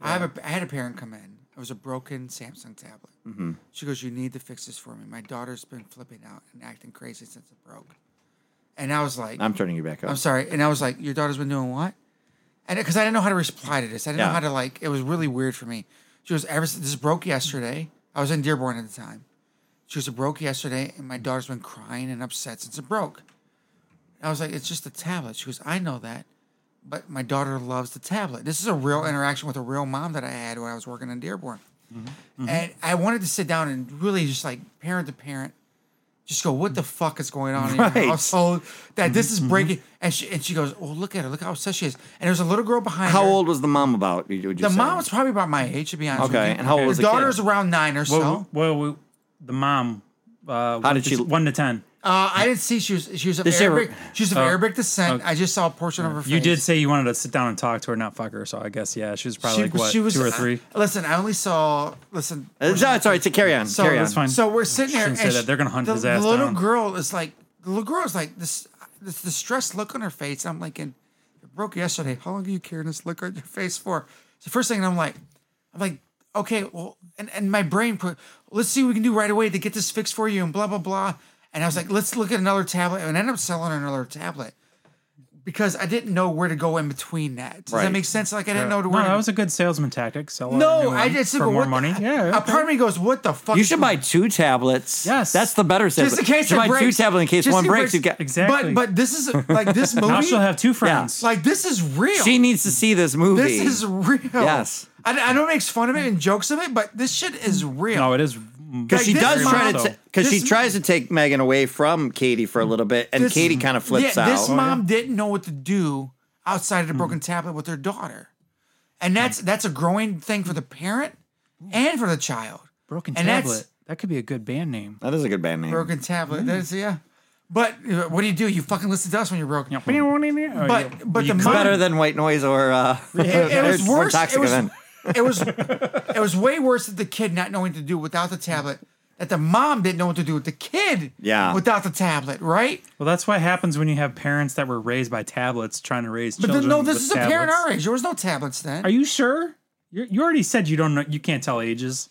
[SPEAKER 3] I have a I had a parent come in. It was a broken Samsung tablet. Mm-hmm. She goes, "You need to fix this for me. My daughter's been flipping out and acting crazy since it broke." And I was like,
[SPEAKER 4] I'm turning you back up.
[SPEAKER 3] I'm sorry. And I was like, your daughter's been doing what? And because I didn't know how to reply to this, I didn't
[SPEAKER 4] Yeah.
[SPEAKER 3] know how to like. It was really weird for me. She was ever since this broke yesterday. I was in Dearborn at the time. She was it broke yesterday, and my daughter's been crying and upset since it broke. I was like, it's just a tablet. She goes, I know that, but my daughter loves the tablet. This is a
[SPEAKER 4] Mm-hmm.
[SPEAKER 3] real interaction with a real mom that I had when I was working in Dearborn,
[SPEAKER 4] Mm-hmm.
[SPEAKER 3] and I wanted to sit down and really just like parent to parent. Just go. What the fuck is going on in
[SPEAKER 4] Right.
[SPEAKER 3] your household? Oh, That this
[SPEAKER 4] Mm-hmm.
[SPEAKER 3] is breaking, and she and she goes, "Oh, look at her! Look how obsessed she is!" And there's a little girl behind.
[SPEAKER 4] How
[SPEAKER 3] her.
[SPEAKER 4] old was the mom about? you- Would you
[SPEAKER 3] The
[SPEAKER 4] say?
[SPEAKER 3] mom was probably about my age, to be honest.
[SPEAKER 4] Okay,
[SPEAKER 3] with you.
[SPEAKER 4] and how old was
[SPEAKER 3] the
[SPEAKER 4] the kid?
[SPEAKER 3] daughter's around nine or so.
[SPEAKER 5] Well, well, we- the mom. Uh, one
[SPEAKER 4] did
[SPEAKER 5] to-
[SPEAKER 4] she-
[SPEAKER 5] One to ten.
[SPEAKER 3] Uh, I didn't see she was she was of
[SPEAKER 4] Did she ever- Oh.
[SPEAKER 3] Arabic. She was of Arabic descent. I just saw a portion of her. Face.
[SPEAKER 5] You did say you wanted to sit down and talk to her, not fuck her. So I guess yeah, she was probably like what two or three.
[SPEAKER 3] I- listen, I only saw. Listen,
[SPEAKER 4] It's, Uh, no, it's all right. To carry on.
[SPEAKER 3] so
[SPEAKER 4] carry on.
[SPEAKER 5] that's fine.
[SPEAKER 3] So we're sitting there.
[SPEAKER 5] Shouldn't say
[SPEAKER 3] and
[SPEAKER 5] that.
[SPEAKER 3] she-
[SPEAKER 5] They're gonna hunt
[SPEAKER 3] the,
[SPEAKER 5] his ass
[SPEAKER 3] The little
[SPEAKER 5] down.
[SPEAKER 3] girl is like the little girl is like this this distressed look on her face. I'm like, and it broke yesterday. How long are you carrying this look on your face for? It's the first thing, and I'm like, I'm like, okay, well, and and my brain put, let's see what we can do right away to get this fixed for you, and blah blah blah. And I was like, let's look at another tablet, and I ended up selling her another tablet. Because I didn't know where to go in between that. Does
[SPEAKER 4] Right.
[SPEAKER 3] that make sense? Like I didn't know to
[SPEAKER 5] No,
[SPEAKER 3] where.
[SPEAKER 5] that was a good salesman tactic. Sell her a new
[SPEAKER 3] no,
[SPEAKER 5] one
[SPEAKER 3] I just
[SPEAKER 5] for
[SPEAKER 3] go,
[SPEAKER 5] more
[SPEAKER 3] what
[SPEAKER 5] money.
[SPEAKER 3] The,
[SPEAKER 5] yeah,
[SPEAKER 3] a part of me goes, "What the fuck?"
[SPEAKER 4] You
[SPEAKER 3] is
[SPEAKER 4] should buy two tablets.
[SPEAKER 5] Yes.
[SPEAKER 4] that's the better.
[SPEAKER 3] just in
[SPEAKER 4] system.
[SPEAKER 3] case
[SPEAKER 4] you
[SPEAKER 3] it
[SPEAKER 4] buy two
[SPEAKER 3] breaks.
[SPEAKER 4] tablets in case
[SPEAKER 3] Just
[SPEAKER 4] one
[SPEAKER 3] it
[SPEAKER 4] breaks. You got.
[SPEAKER 5] Exactly.
[SPEAKER 3] But but this is like this movie.
[SPEAKER 5] <laughs> now she'll have two friends.
[SPEAKER 3] like this is real.
[SPEAKER 4] She needs to see this movie.
[SPEAKER 3] this is real.
[SPEAKER 4] Yes.
[SPEAKER 3] I, I know it makes fun of it and jokes of it, but this shit is real.
[SPEAKER 5] no, it is
[SPEAKER 4] because she
[SPEAKER 3] Like,
[SPEAKER 4] does
[SPEAKER 3] this
[SPEAKER 4] try
[SPEAKER 3] mom-
[SPEAKER 4] to because she
[SPEAKER 3] this-
[SPEAKER 4] tries to take Megan away from Katie for a little bit, and
[SPEAKER 3] This-
[SPEAKER 4] Katie kind of flips
[SPEAKER 3] yeah,
[SPEAKER 4] out.
[SPEAKER 3] This
[SPEAKER 5] Oh,
[SPEAKER 3] mom didn't know what to do outside
[SPEAKER 5] Hmm.
[SPEAKER 3] of the broken tablet with her daughter, and that's that's a growing thing for the parent and for the child.
[SPEAKER 5] broken
[SPEAKER 3] and that's-
[SPEAKER 5] tablet. That could be a good band name.
[SPEAKER 4] that is a good band name.
[SPEAKER 3] Broken tablet. That's yeah. But uh, what do you do? You fucking listen to us when you're broken. But
[SPEAKER 5] But
[SPEAKER 3] but the
[SPEAKER 4] It's better
[SPEAKER 3] mom,
[SPEAKER 4] than white noise or uh,
[SPEAKER 3] it,
[SPEAKER 4] <laughs>
[SPEAKER 3] it was
[SPEAKER 4] more
[SPEAKER 3] worse.
[SPEAKER 4] toxic
[SPEAKER 3] it was,
[SPEAKER 4] event. <laughs>
[SPEAKER 3] it was it was way worse that the kid not knowing what to do without the tablet. That the mom didn't know what to do with the kid.
[SPEAKER 4] Yeah.
[SPEAKER 3] Without the tablet, right?
[SPEAKER 5] well, that's what happens when you have parents that were raised by tablets trying to raise
[SPEAKER 3] But
[SPEAKER 5] children.
[SPEAKER 3] then, no,
[SPEAKER 5] with
[SPEAKER 3] this is a parent
[SPEAKER 5] tablets.
[SPEAKER 3] our age. There was no tablets then.
[SPEAKER 5] Are you sure? You're, you already said you don't know. You can't tell ages.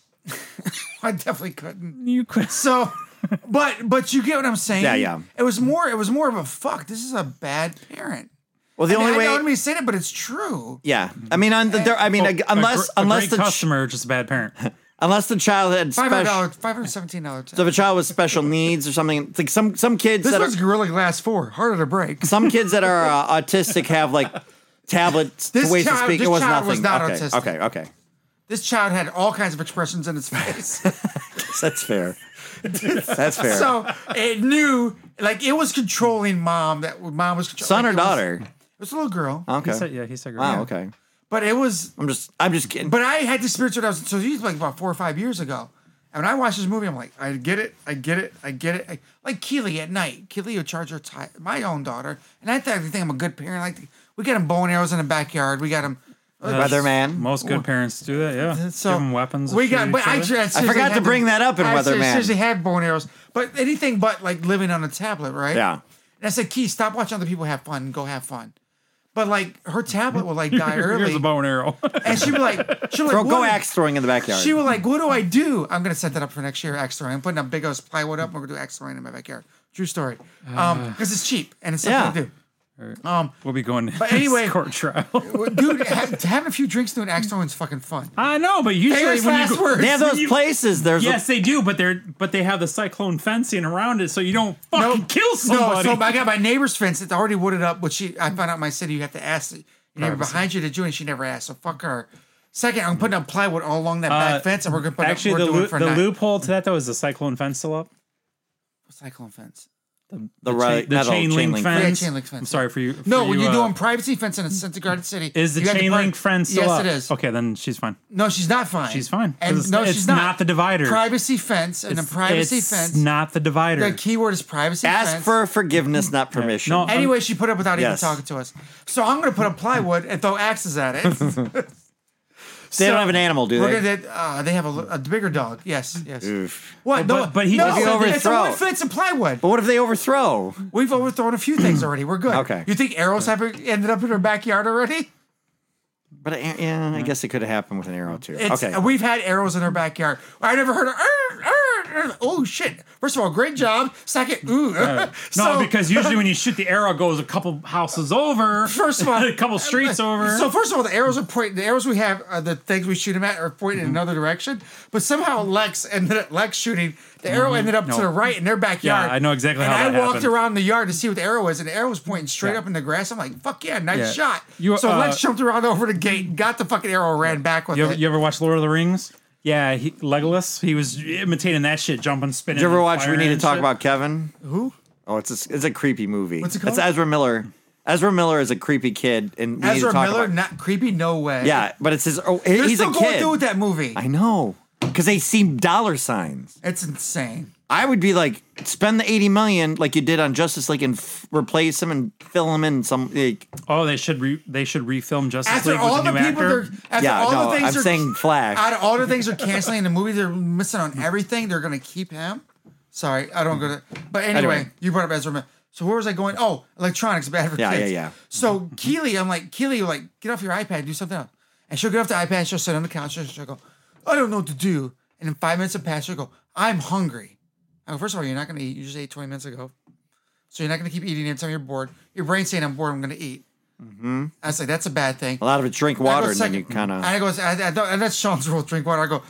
[SPEAKER 3] I definitely couldn't.
[SPEAKER 5] You
[SPEAKER 3] <laughs>
[SPEAKER 5] could.
[SPEAKER 3] So, but but you get what I'm saying.
[SPEAKER 4] Yeah, yeah.
[SPEAKER 3] It was more. It was more of a fuck. This is a bad parent.
[SPEAKER 4] Well, the
[SPEAKER 3] I,
[SPEAKER 4] only
[SPEAKER 3] mean, I
[SPEAKER 4] way.
[SPEAKER 3] don't mean saying it, but it's true.
[SPEAKER 4] yeah, I mean, on the, there, I mean,
[SPEAKER 5] Oh,
[SPEAKER 4] ag- unless
[SPEAKER 5] a, gr- a
[SPEAKER 4] unless
[SPEAKER 5] great
[SPEAKER 4] the ch-
[SPEAKER 5] customer is just a bad
[SPEAKER 3] <laughs>
[SPEAKER 5] parent.
[SPEAKER 4] unless the child had
[SPEAKER 3] Five hundred
[SPEAKER 4] special,
[SPEAKER 3] dollars. Five hundred seventeen dollars.
[SPEAKER 4] so if a child with special needs or something, it's like some some kids
[SPEAKER 3] This
[SPEAKER 4] that
[SPEAKER 3] was
[SPEAKER 4] are,
[SPEAKER 3] Gorilla Glass Four. Harder to break.
[SPEAKER 4] some kids that are uh, autistic have like tablets
[SPEAKER 3] This
[SPEAKER 4] to ways to
[SPEAKER 3] child-
[SPEAKER 4] speak.
[SPEAKER 3] this
[SPEAKER 4] It was
[SPEAKER 3] child
[SPEAKER 4] nothing.
[SPEAKER 3] was not
[SPEAKER 4] okay,
[SPEAKER 3] autistic.
[SPEAKER 4] okay, okay,
[SPEAKER 3] This child had all kinds of expressions in its <laughs> face.
[SPEAKER 4] that's
[SPEAKER 3] <laughs>
[SPEAKER 4] fair. that's fair.
[SPEAKER 3] So it knew, like it was controlling mom. That mom was controlling
[SPEAKER 4] Son or
[SPEAKER 3] like, it was-
[SPEAKER 4] daughter?
[SPEAKER 3] It was a little girl,
[SPEAKER 4] Okay.
[SPEAKER 5] He said, yeah, he said.
[SPEAKER 4] Wow. Okay.
[SPEAKER 3] but it was.
[SPEAKER 4] I'm just. I'm just kidding.
[SPEAKER 3] But I had the spiritual. when I was so these like about four or five years ago. And when I watched this movie, I'm like, I get it, I get it, I get it. I, like Keely at night, Keely would charge her ti my own daughter, and I think I think I'm a good parent. Like we got him bow and arrows in the backyard. We got him.
[SPEAKER 4] Weatherman.
[SPEAKER 5] Most good parents do that. Yeah.
[SPEAKER 3] So
[SPEAKER 5] Give them weapons. to
[SPEAKER 3] We
[SPEAKER 5] shoot
[SPEAKER 3] got. But
[SPEAKER 5] each
[SPEAKER 3] I,
[SPEAKER 5] other.
[SPEAKER 3] actually- I seriously
[SPEAKER 4] forgot
[SPEAKER 3] had
[SPEAKER 4] to bring that up in
[SPEAKER 3] I ser-
[SPEAKER 4] Weatherman.
[SPEAKER 3] Seriously, had bow and arrows, but anything but like living on a tablet, right?
[SPEAKER 4] Yeah.
[SPEAKER 3] And I said, Key, stop watching other people have fun. Go have fun. But like her tablet will like die
[SPEAKER 5] <laughs> Here's
[SPEAKER 3] early,
[SPEAKER 5] a bow and arrow. <laughs>
[SPEAKER 3] and she'd be like, she'd be
[SPEAKER 4] Throw,
[SPEAKER 3] like,
[SPEAKER 4] go
[SPEAKER 3] "What?"
[SPEAKER 4] axe throwing in the backyard.
[SPEAKER 3] She was like, "What do I do?" I'm gonna set that up for next year. Axe throwing. I'm putting a big ass plywood up. and We're gonna do axe throwing in my backyard. True story. Um,
[SPEAKER 5] Uh.
[SPEAKER 3] because it's cheap and it's something
[SPEAKER 4] Yeah.
[SPEAKER 3] to do. Um,
[SPEAKER 5] we'll be going <laughs> to
[SPEAKER 3] But anyway-
[SPEAKER 5] court trial.
[SPEAKER 3] dude, ha- having a few drinks doing axe throwing is fucking fun.
[SPEAKER 5] <laughs> I know, but usually
[SPEAKER 3] Famous
[SPEAKER 5] when you
[SPEAKER 3] last
[SPEAKER 5] go,
[SPEAKER 3] words.
[SPEAKER 4] they have those
[SPEAKER 5] You-
[SPEAKER 4] places. There's a-
[SPEAKER 5] Yes, they do, but they're but they have the cyclone fencing around it, so you don't fucking kill somebody.
[SPEAKER 3] No, so I got my neighbor's fence that's already wooded up, but she I found out in my city you have to ask the your neighbor behind you to do it, and she never asked. So fuck her. Second, I'm putting up plywood all along that
[SPEAKER 5] Uh,
[SPEAKER 3] back fence, and we're gonna put
[SPEAKER 5] Actually,
[SPEAKER 3] up, we're
[SPEAKER 5] the,
[SPEAKER 3] doing
[SPEAKER 5] loo-
[SPEAKER 3] it for
[SPEAKER 5] the
[SPEAKER 3] nine-
[SPEAKER 5] loophole to that though is the cyclone fence still up.
[SPEAKER 3] cyclone fence.
[SPEAKER 4] the
[SPEAKER 5] The,
[SPEAKER 4] right,
[SPEAKER 5] chain, the
[SPEAKER 4] metal
[SPEAKER 5] chain, link, fence.
[SPEAKER 3] Yeah, chain link fence.
[SPEAKER 5] I'm sorry for you. for
[SPEAKER 3] No, when
[SPEAKER 5] you,
[SPEAKER 3] you're
[SPEAKER 5] uh,
[SPEAKER 3] doing privacy fence in a Disintegrated city.
[SPEAKER 5] Is the
[SPEAKER 3] you have to
[SPEAKER 5] chain
[SPEAKER 3] put-
[SPEAKER 5] link fence still
[SPEAKER 3] yes,
[SPEAKER 5] up?
[SPEAKER 3] it is.
[SPEAKER 5] Okay, then she's fine.
[SPEAKER 3] No, she's not fine.
[SPEAKER 5] She's fine. 'Cause
[SPEAKER 3] And
[SPEAKER 5] it's-
[SPEAKER 3] no,
[SPEAKER 5] it's
[SPEAKER 3] she's not.
[SPEAKER 5] not the divider.
[SPEAKER 3] Privacy fence and a privacy
[SPEAKER 5] it's
[SPEAKER 3] fence.
[SPEAKER 5] Not the divider.
[SPEAKER 3] the keyword is privacy
[SPEAKER 4] Ask
[SPEAKER 3] fence.
[SPEAKER 4] for forgiveness, not permission.
[SPEAKER 5] No,
[SPEAKER 3] Anyway, she put up without
[SPEAKER 4] Yes.
[SPEAKER 3] even talking to us. So I'm gonna put up plywood and throw axes at it.
[SPEAKER 5] <laughs>
[SPEAKER 4] they don't have an animal, do
[SPEAKER 3] We're
[SPEAKER 4] they?
[SPEAKER 3] gonna, uh, they have a, li- a bigger dog. Yes, yes.
[SPEAKER 4] Oof.
[SPEAKER 3] What?
[SPEAKER 5] Well,
[SPEAKER 3] no,
[SPEAKER 5] but- but he
[SPEAKER 3] no,
[SPEAKER 5] just
[SPEAKER 3] it's
[SPEAKER 4] said
[SPEAKER 3] a
[SPEAKER 4] overthrow.
[SPEAKER 3] wood fence and plywood.
[SPEAKER 4] But what if they overthrow?
[SPEAKER 3] We've overthrown a few things already. We're good.
[SPEAKER 4] Okay.
[SPEAKER 3] You think arrows have ended up in her backyard already?
[SPEAKER 4] But uh, yeah, I guess it could have happened with an arrow too.
[SPEAKER 3] It's,
[SPEAKER 4] okay.
[SPEAKER 3] We've had arrows in our backyard. I never heard of. "Arr, arr, arr." Oh shit! First of all, great job. Second, ooh. <laughs>
[SPEAKER 5] Uh, No,
[SPEAKER 3] So-
[SPEAKER 5] because
[SPEAKER 3] <laughs>
[SPEAKER 5] usually when you shoot the arrow, it goes a couple houses over.
[SPEAKER 3] First of all,
[SPEAKER 5] <laughs> a
[SPEAKER 3] <laughs>
[SPEAKER 5] couple streets over.
[SPEAKER 3] So first of all, the arrows are pointing. The arrows we have, uh, the things we shoot them at, are pointing
[SPEAKER 5] Mm-hmm.
[SPEAKER 3] in another direction. But somehow Lex ended up Lex shooting. The arrow ended up to the right in their backyard.
[SPEAKER 5] Mm-hmm. I know exactly
[SPEAKER 3] and
[SPEAKER 5] how
[SPEAKER 3] And I
[SPEAKER 5] that
[SPEAKER 3] walked
[SPEAKER 5] happened.
[SPEAKER 3] around the yard to see what the arrow was, and the arrow was pointing straight
[SPEAKER 5] Yeah.
[SPEAKER 3] up in the grass. I'm like, "Fuck yeah, nice
[SPEAKER 5] Yeah.
[SPEAKER 3] shot!"
[SPEAKER 5] You,
[SPEAKER 3] so
[SPEAKER 5] uh,
[SPEAKER 3] Lex jumped around over the gate, got the fucking arrow, ran back with
[SPEAKER 5] you, ever,
[SPEAKER 3] it.
[SPEAKER 5] you ever watch Lord of the Rings? Yeah, he, Legolas. He was imitating that shit, jumping, spinning.
[SPEAKER 4] Did you ever
[SPEAKER 5] and
[SPEAKER 4] watch We
[SPEAKER 5] firing
[SPEAKER 4] Need to
[SPEAKER 5] and
[SPEAKER 4] Talk
[SPEAKER 5] shit.
[SPEAKER 4] About Kevin?
[SPEAKER 3] Who?
[SPEAKER 4] Oh, it's a, it's a creepy movie.
[SPEAKER 3] What's it
[SPEAKER 4] It's
[SPEAKER 3] called?
[SPEAKER 4] Ezra Miller. Ezra Miller is a creepy kid, and we need to
[SPEAKER 3] Ezra
[SPEAKER 4] talk
[SPEAKER 3] Miller,
[SPEAKER 4] about-
[SPEAKER 3] not creepy, no way.
[SPEAKER 4] yeah, but it's his. Oh, he-
[SPEAKER 3] They're
[SPEAKER 4] he's
[SPEAKER 3] still
[SPEAKER 4] a
[SPEAKER 3] going
[SPEAKER 4] kid.
[SPEAKER 3] through with that movie.
[SPEAKER 4] I know, because they see dollar signs.
[SPEAKER 3] it's insane.
[SPEAKER 4] I would be like, spend the eighty million like you did on Justice League, and f- replace him and fill him in some. Like,
[SPEAKER 5] Oh, they should re- they should refilm Justice
[SPEAKER 3] After
[SPEAKER 5] League
[SPEAKER 3] all
[SPEAKER 5] with
[SPEAKER 3] the
[SPEAKER 5] a new
[SPEAKER 3] people,
[SPEAKER 5] actor.
[SPEAKER 3] they're after
[SPEAKER 4] yeah,
[SPEAKER 3] all
[SPEAKER 4] no,
[SPEAKER 3] the things
[SPEAKER 4] I'm
[SPEAKER 3] they're
[SPEAKER 4] saying Flash.
[SPEAKER 3] out of all the things they're canceling the movie, they're missing on everything. They're gonna keep him. Sorry, I don't go to. But anyway,
[SPEAKER 4] Anyway.
[SPEAKER 3] you brought up Ezra. Miller. So where was I going? Oh, electronics bad for
[SPEAKER 4] Yeah,
[SPEAKER 3] kids.
[SPEAKER 4] yeah, yeah.
[SPEAKER 3] So Keely, I'm like Keely, like get off your iPad, do something else. And she'll get off the iPad. And she'll sit on the couch. And she'll go, I don't know what to do. And in five minutes have passed. She'll go, I'm hungry. I go, first of all, you're not gonna eat. You just ate 20 minutes ago. So you're not gonna keep eating every time you're bored. Your brain's saying I'm bored. I'm gonna eat.
[SPEAKER 4] Mm-hmm.
[SPEAKER 3] I was like, that's a bad thing.
[SPEAKER 4] a lot of it drink
[SPEAKER 3] I go
[SPEAKER 4] water, and then
[SPEAKER 3] second-
[SPEAKER 4] you kind
[SPEAKER 3] And
[SPEAKER 4] of.
[SPEAKER 3] I go, I, I don't, and that's Sean's rule. Drink water. I go,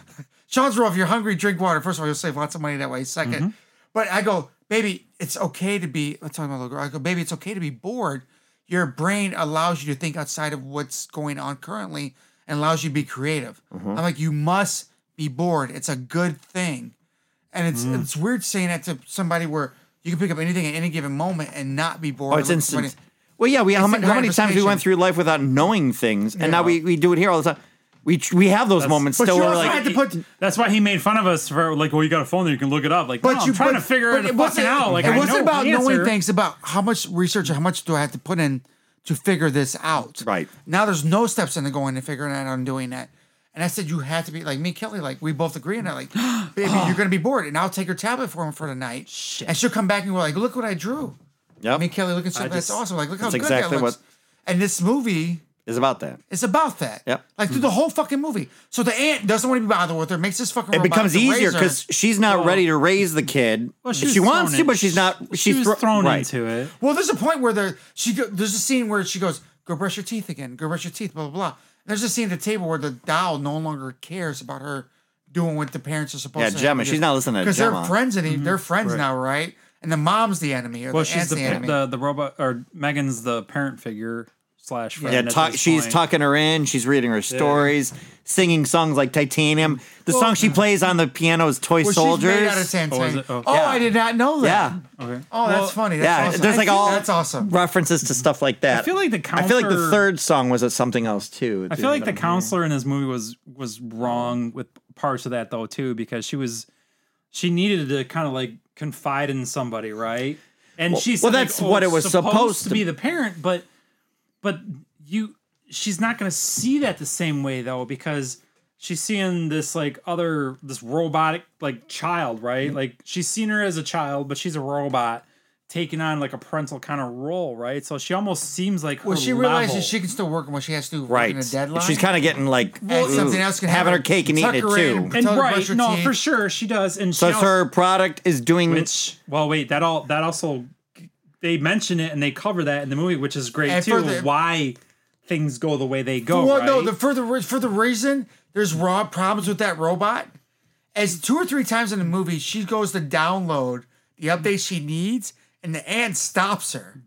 [SPEAKER 3] Sean's rule. If you're hungry, drink water. First of all, you'll save lots of money that way. 2nd
[SPEAKER 4] Mm-hmm.
[SPEAKER 3] but I go, baby, it's okay to be. I'm talking about little girl. I go, baby, it's okay to be bored. Your brain allows you to think outside of what's going on currently and allows you to be creative.
[SPEAKER 4] Mm-hmm.
[SPEAKER 3] I'm like, you must be bored. It's a good thing. And it's
[SPEAKER 4] Mm.
[SPEAKER 3] it's weird saying that to somebody where you can pick up anything at any given moment and not be bored.
[SPEAKER 4] Oh, it's
[SPEAKER 3] Look at somebody-
[SPEAKER 4] instant. Well, yeah, we how,
[SPEAKER 3] Instant
[SPEAKER 4] many- how many times we
[SPEAKER 3] gratification.
[SPEAKER 4] went through life without knowing things, and now we, we do it here all the time. We tr- we have those moments
[SPEAKER 3] But
[SPEAKER 4] still.
[SPEAKER 3] you
[SPEAKER 4] Where we're
[SPEAKER 3] also
[SPEAKER 4] like,
[SPEAKER 3] had to put
[SPEAKER 5] That's why he made fun of us for like, well, you got a phone there, you can look it up. Like, but I'm trying
[SPEAKER 3] but-
[SPEAKER 5] to figure
[SPEAKER 3] but
[SPEAKER 5] it, fucking out. Like,
[SPEAKER 3] it
[SPEAKER 5] I
[SPEAKER 3] wasn't
[SPEAKER 5] know
[SPEAKER 3] about
[SPEAKER 5] the
[SPEAKER 3] knowing
[SPEAKER 5] answer.
[SPEAKER 3] things about how much research or how much do I have to put in to figure this out.
[SPEAKER 4] Right.
[SPEAKER 3] Now there's no steps into going and figuring out and doing that. And I said you had to be like me, and Kelly. Like we both agree on that.
[SPEAKER 5] <gasps>
[SPEAKER 3] Like, baby,
[SPEAKER 5] Oh.
[SPEAKER 3] you're gonna be bored, and I'll take her tablet for him for the night. And she'll come back and we're like, look what I drew.
[SPEAKER 4] yep,
[SPEAKER 3] Me and Kelly look at something that's
[SPEAKER 4] just-
[SPEAKER 3] awesome. Like look how
[SPEAKER 4] that's
[SPEAKER 3] good
[SPEAKER 4] exactly
[SPEAKER 3] that
[SPEAKER 4] what-
[SPEAKER 3] looks. And this movie
[SPEAKER 4] is about that.
[SPEAKER 3] is about that.
[SPEAKER 4] Yep.
[SPEAKER 3] Like through the whole fucking movie. So the aunt doesn't want to be bothered with her. Makes this fucking.
[SPEAKER 4] It becomes easier
[SPEAKER 3] because
[SPEAKER 4] because she's not ready to raise the kid.
[SPEAKER 5] Well,
[SPEAKER 4] she
[SPEAKER 5] was
[SPEAKER 4] wants
[SPEAKER 5] thrown
[SPEAKER 4] to,
[SPEAKER 5] in-
[SPEAKER 4] but she's not. She's
[SPEAKER 5] She was
[SPEAKER 4] thro-
[SPEAKER 5] thrown
[SPEAKER 4] right.
[SPEAKER 5] into it.
[SPEAKER 3] Well, there's a point where there she go, there's a scene where she goes, "Go brush your teeth again. Go brush your teeth." Blah blah blah. There's a scene at the table where the doll no longer cares about her doing what the parents are supposed
[SPEAKER 4] Yeah,
[SPEAKER 3] to.
[SPEAKER 4] Gemma, she's not listening to
[SPEAKER 3] because they're
[SPEAKER 4] Gemma.
[SPEAKER 3] friends and they're friends now, right? And the mom's the enemy, or
[SPEAKER 5] Mm-hmm. Well,
[SPEAKER 3] the
[SPEAKER 5] she's
[SPEAKER 3] aunt's
[SPEAKER 5] the,
[SPEAKER 3] the, enemy.
[SPEAKER 5] the the robot or Megan's the parent figure slash friend.
[SPEAKER 4] Yeah,
[SPEAKER 5] at
[SPEAKER 4] tuck,
[SPEAKER 5] this
[SPEAKER 4] she's
[SPEAKER 5] point.
[SPEAKER 4] tucking her in. She's reading her stories, singing songs like Titanium. The song she plays on the piano is Toy
[SPEAKER 3] well,
[SPEAKER 4] Soldiers.
[SPEAKER 3] she's made out of Santan.
[SPEAKER 5] Oh, is it?
[SPEAKER 3] Oh,
[SPEAKER 5] Oh.
[SPEAKER 4] Yeah.
[SPEAKER 3] I did not know that.
[SPEAKER 4] Yeah.
[SPEAKER 5] Okay.
[SPEAKER 3] Oh,
[SPEAKER 5] Well,
[SPEAKER 3] that's funny. That's
[SPEAKER 4] yeah,
[SPEAKER 3] awesome.
[SPEAKER 4] there's like
[SPEAKER 3] I feel-
[SPEAKER 4] all
[SPEAKER 3] that's awesome.
[SPEAKER 4] references to stuff like that.
[SPEAKER 5] feel like the
[SPEAKER 4] I feel like the
[SPEAKER 5] counselor-
[SPEAKER 4] third song was at something else too.
[SPEAKER 5] I feel like the counselor in this movie was was wrong with parts of that though too because she was she needed to kind of like confide in somebody, right? And she said
[SPEAKER 4] well,
[SPEAKER 5] like,
[SPEAKER 4] that's
[SPEAKER 5] oh,
[SPEAKER 4] what
[SPEAKER 5] it's
[SPEAKER 4] it was supposed
[SPEAKER 5] to
[SPEAKER 4] to-
[SPEAKER 5] be the parent, but but you she's not going to see that the same way though because she's seeing this like other this robotic like child,
[SPEAKER 4] Mm-hmm.
[SPEAKER 5] right? Like she's seen her as a child, but she's a robot taking on like a parental kind of role, right? So she almost seems like her
[SPEAKER 3] Well, she realizes
[SPEAKER 5] level.
[SPEAKER 3] she can still work on what she has to do,
[SPEAKER 4] right.
[SPEAKER 3] In a deadline.
[SPEAKER 4] She's kind of getting like
[SPEAKER 3] And
[SPEAKER 4] ooh,
[SPEAKER 3] something else can
[SPEAKER 4] having
[SPEAKER 3] happen.
[SPEAKER 4] her cake and
[SPEAKER 3] Tuck
[SPEAKER 4] eating it
[SPEAKER 3] her in
[SPEAKER 4] tell
[SPEAKER 3] and
[SPEAKER 4] too.
[SPEAKER 5] and
[SPEAKER 3] her to
[SPEAKER 5] right,
[SPEAKER 3] brush her
[SPEAKER 5] no,
[SPEAKER 3] teeth.
[SPEAKER 5] for sure she does, and
[SPEAKER 4] So
[SPEAKER 5] she
[SPEAKER 4] it's
[SPEAKER 5] also-
[SPEAKER 4] her product is doing
[SPEAKER 5] Which, well, wait, that all that also they mention it and they cover that in the movie, which is great
[SPEAKER 3] And
[SPEAKER 5] too.
[SPEAKER 3] further-
[SPEAKER 5] why things go the way they go,
[SPEAKER 3] Well, no,
[SPEAKER 5] right?
[SPEAKER 3] the for the re- for the reason there's raw problems with that robot. As two or three times in the movie, she goes to download the update she needs, and the ant stops her.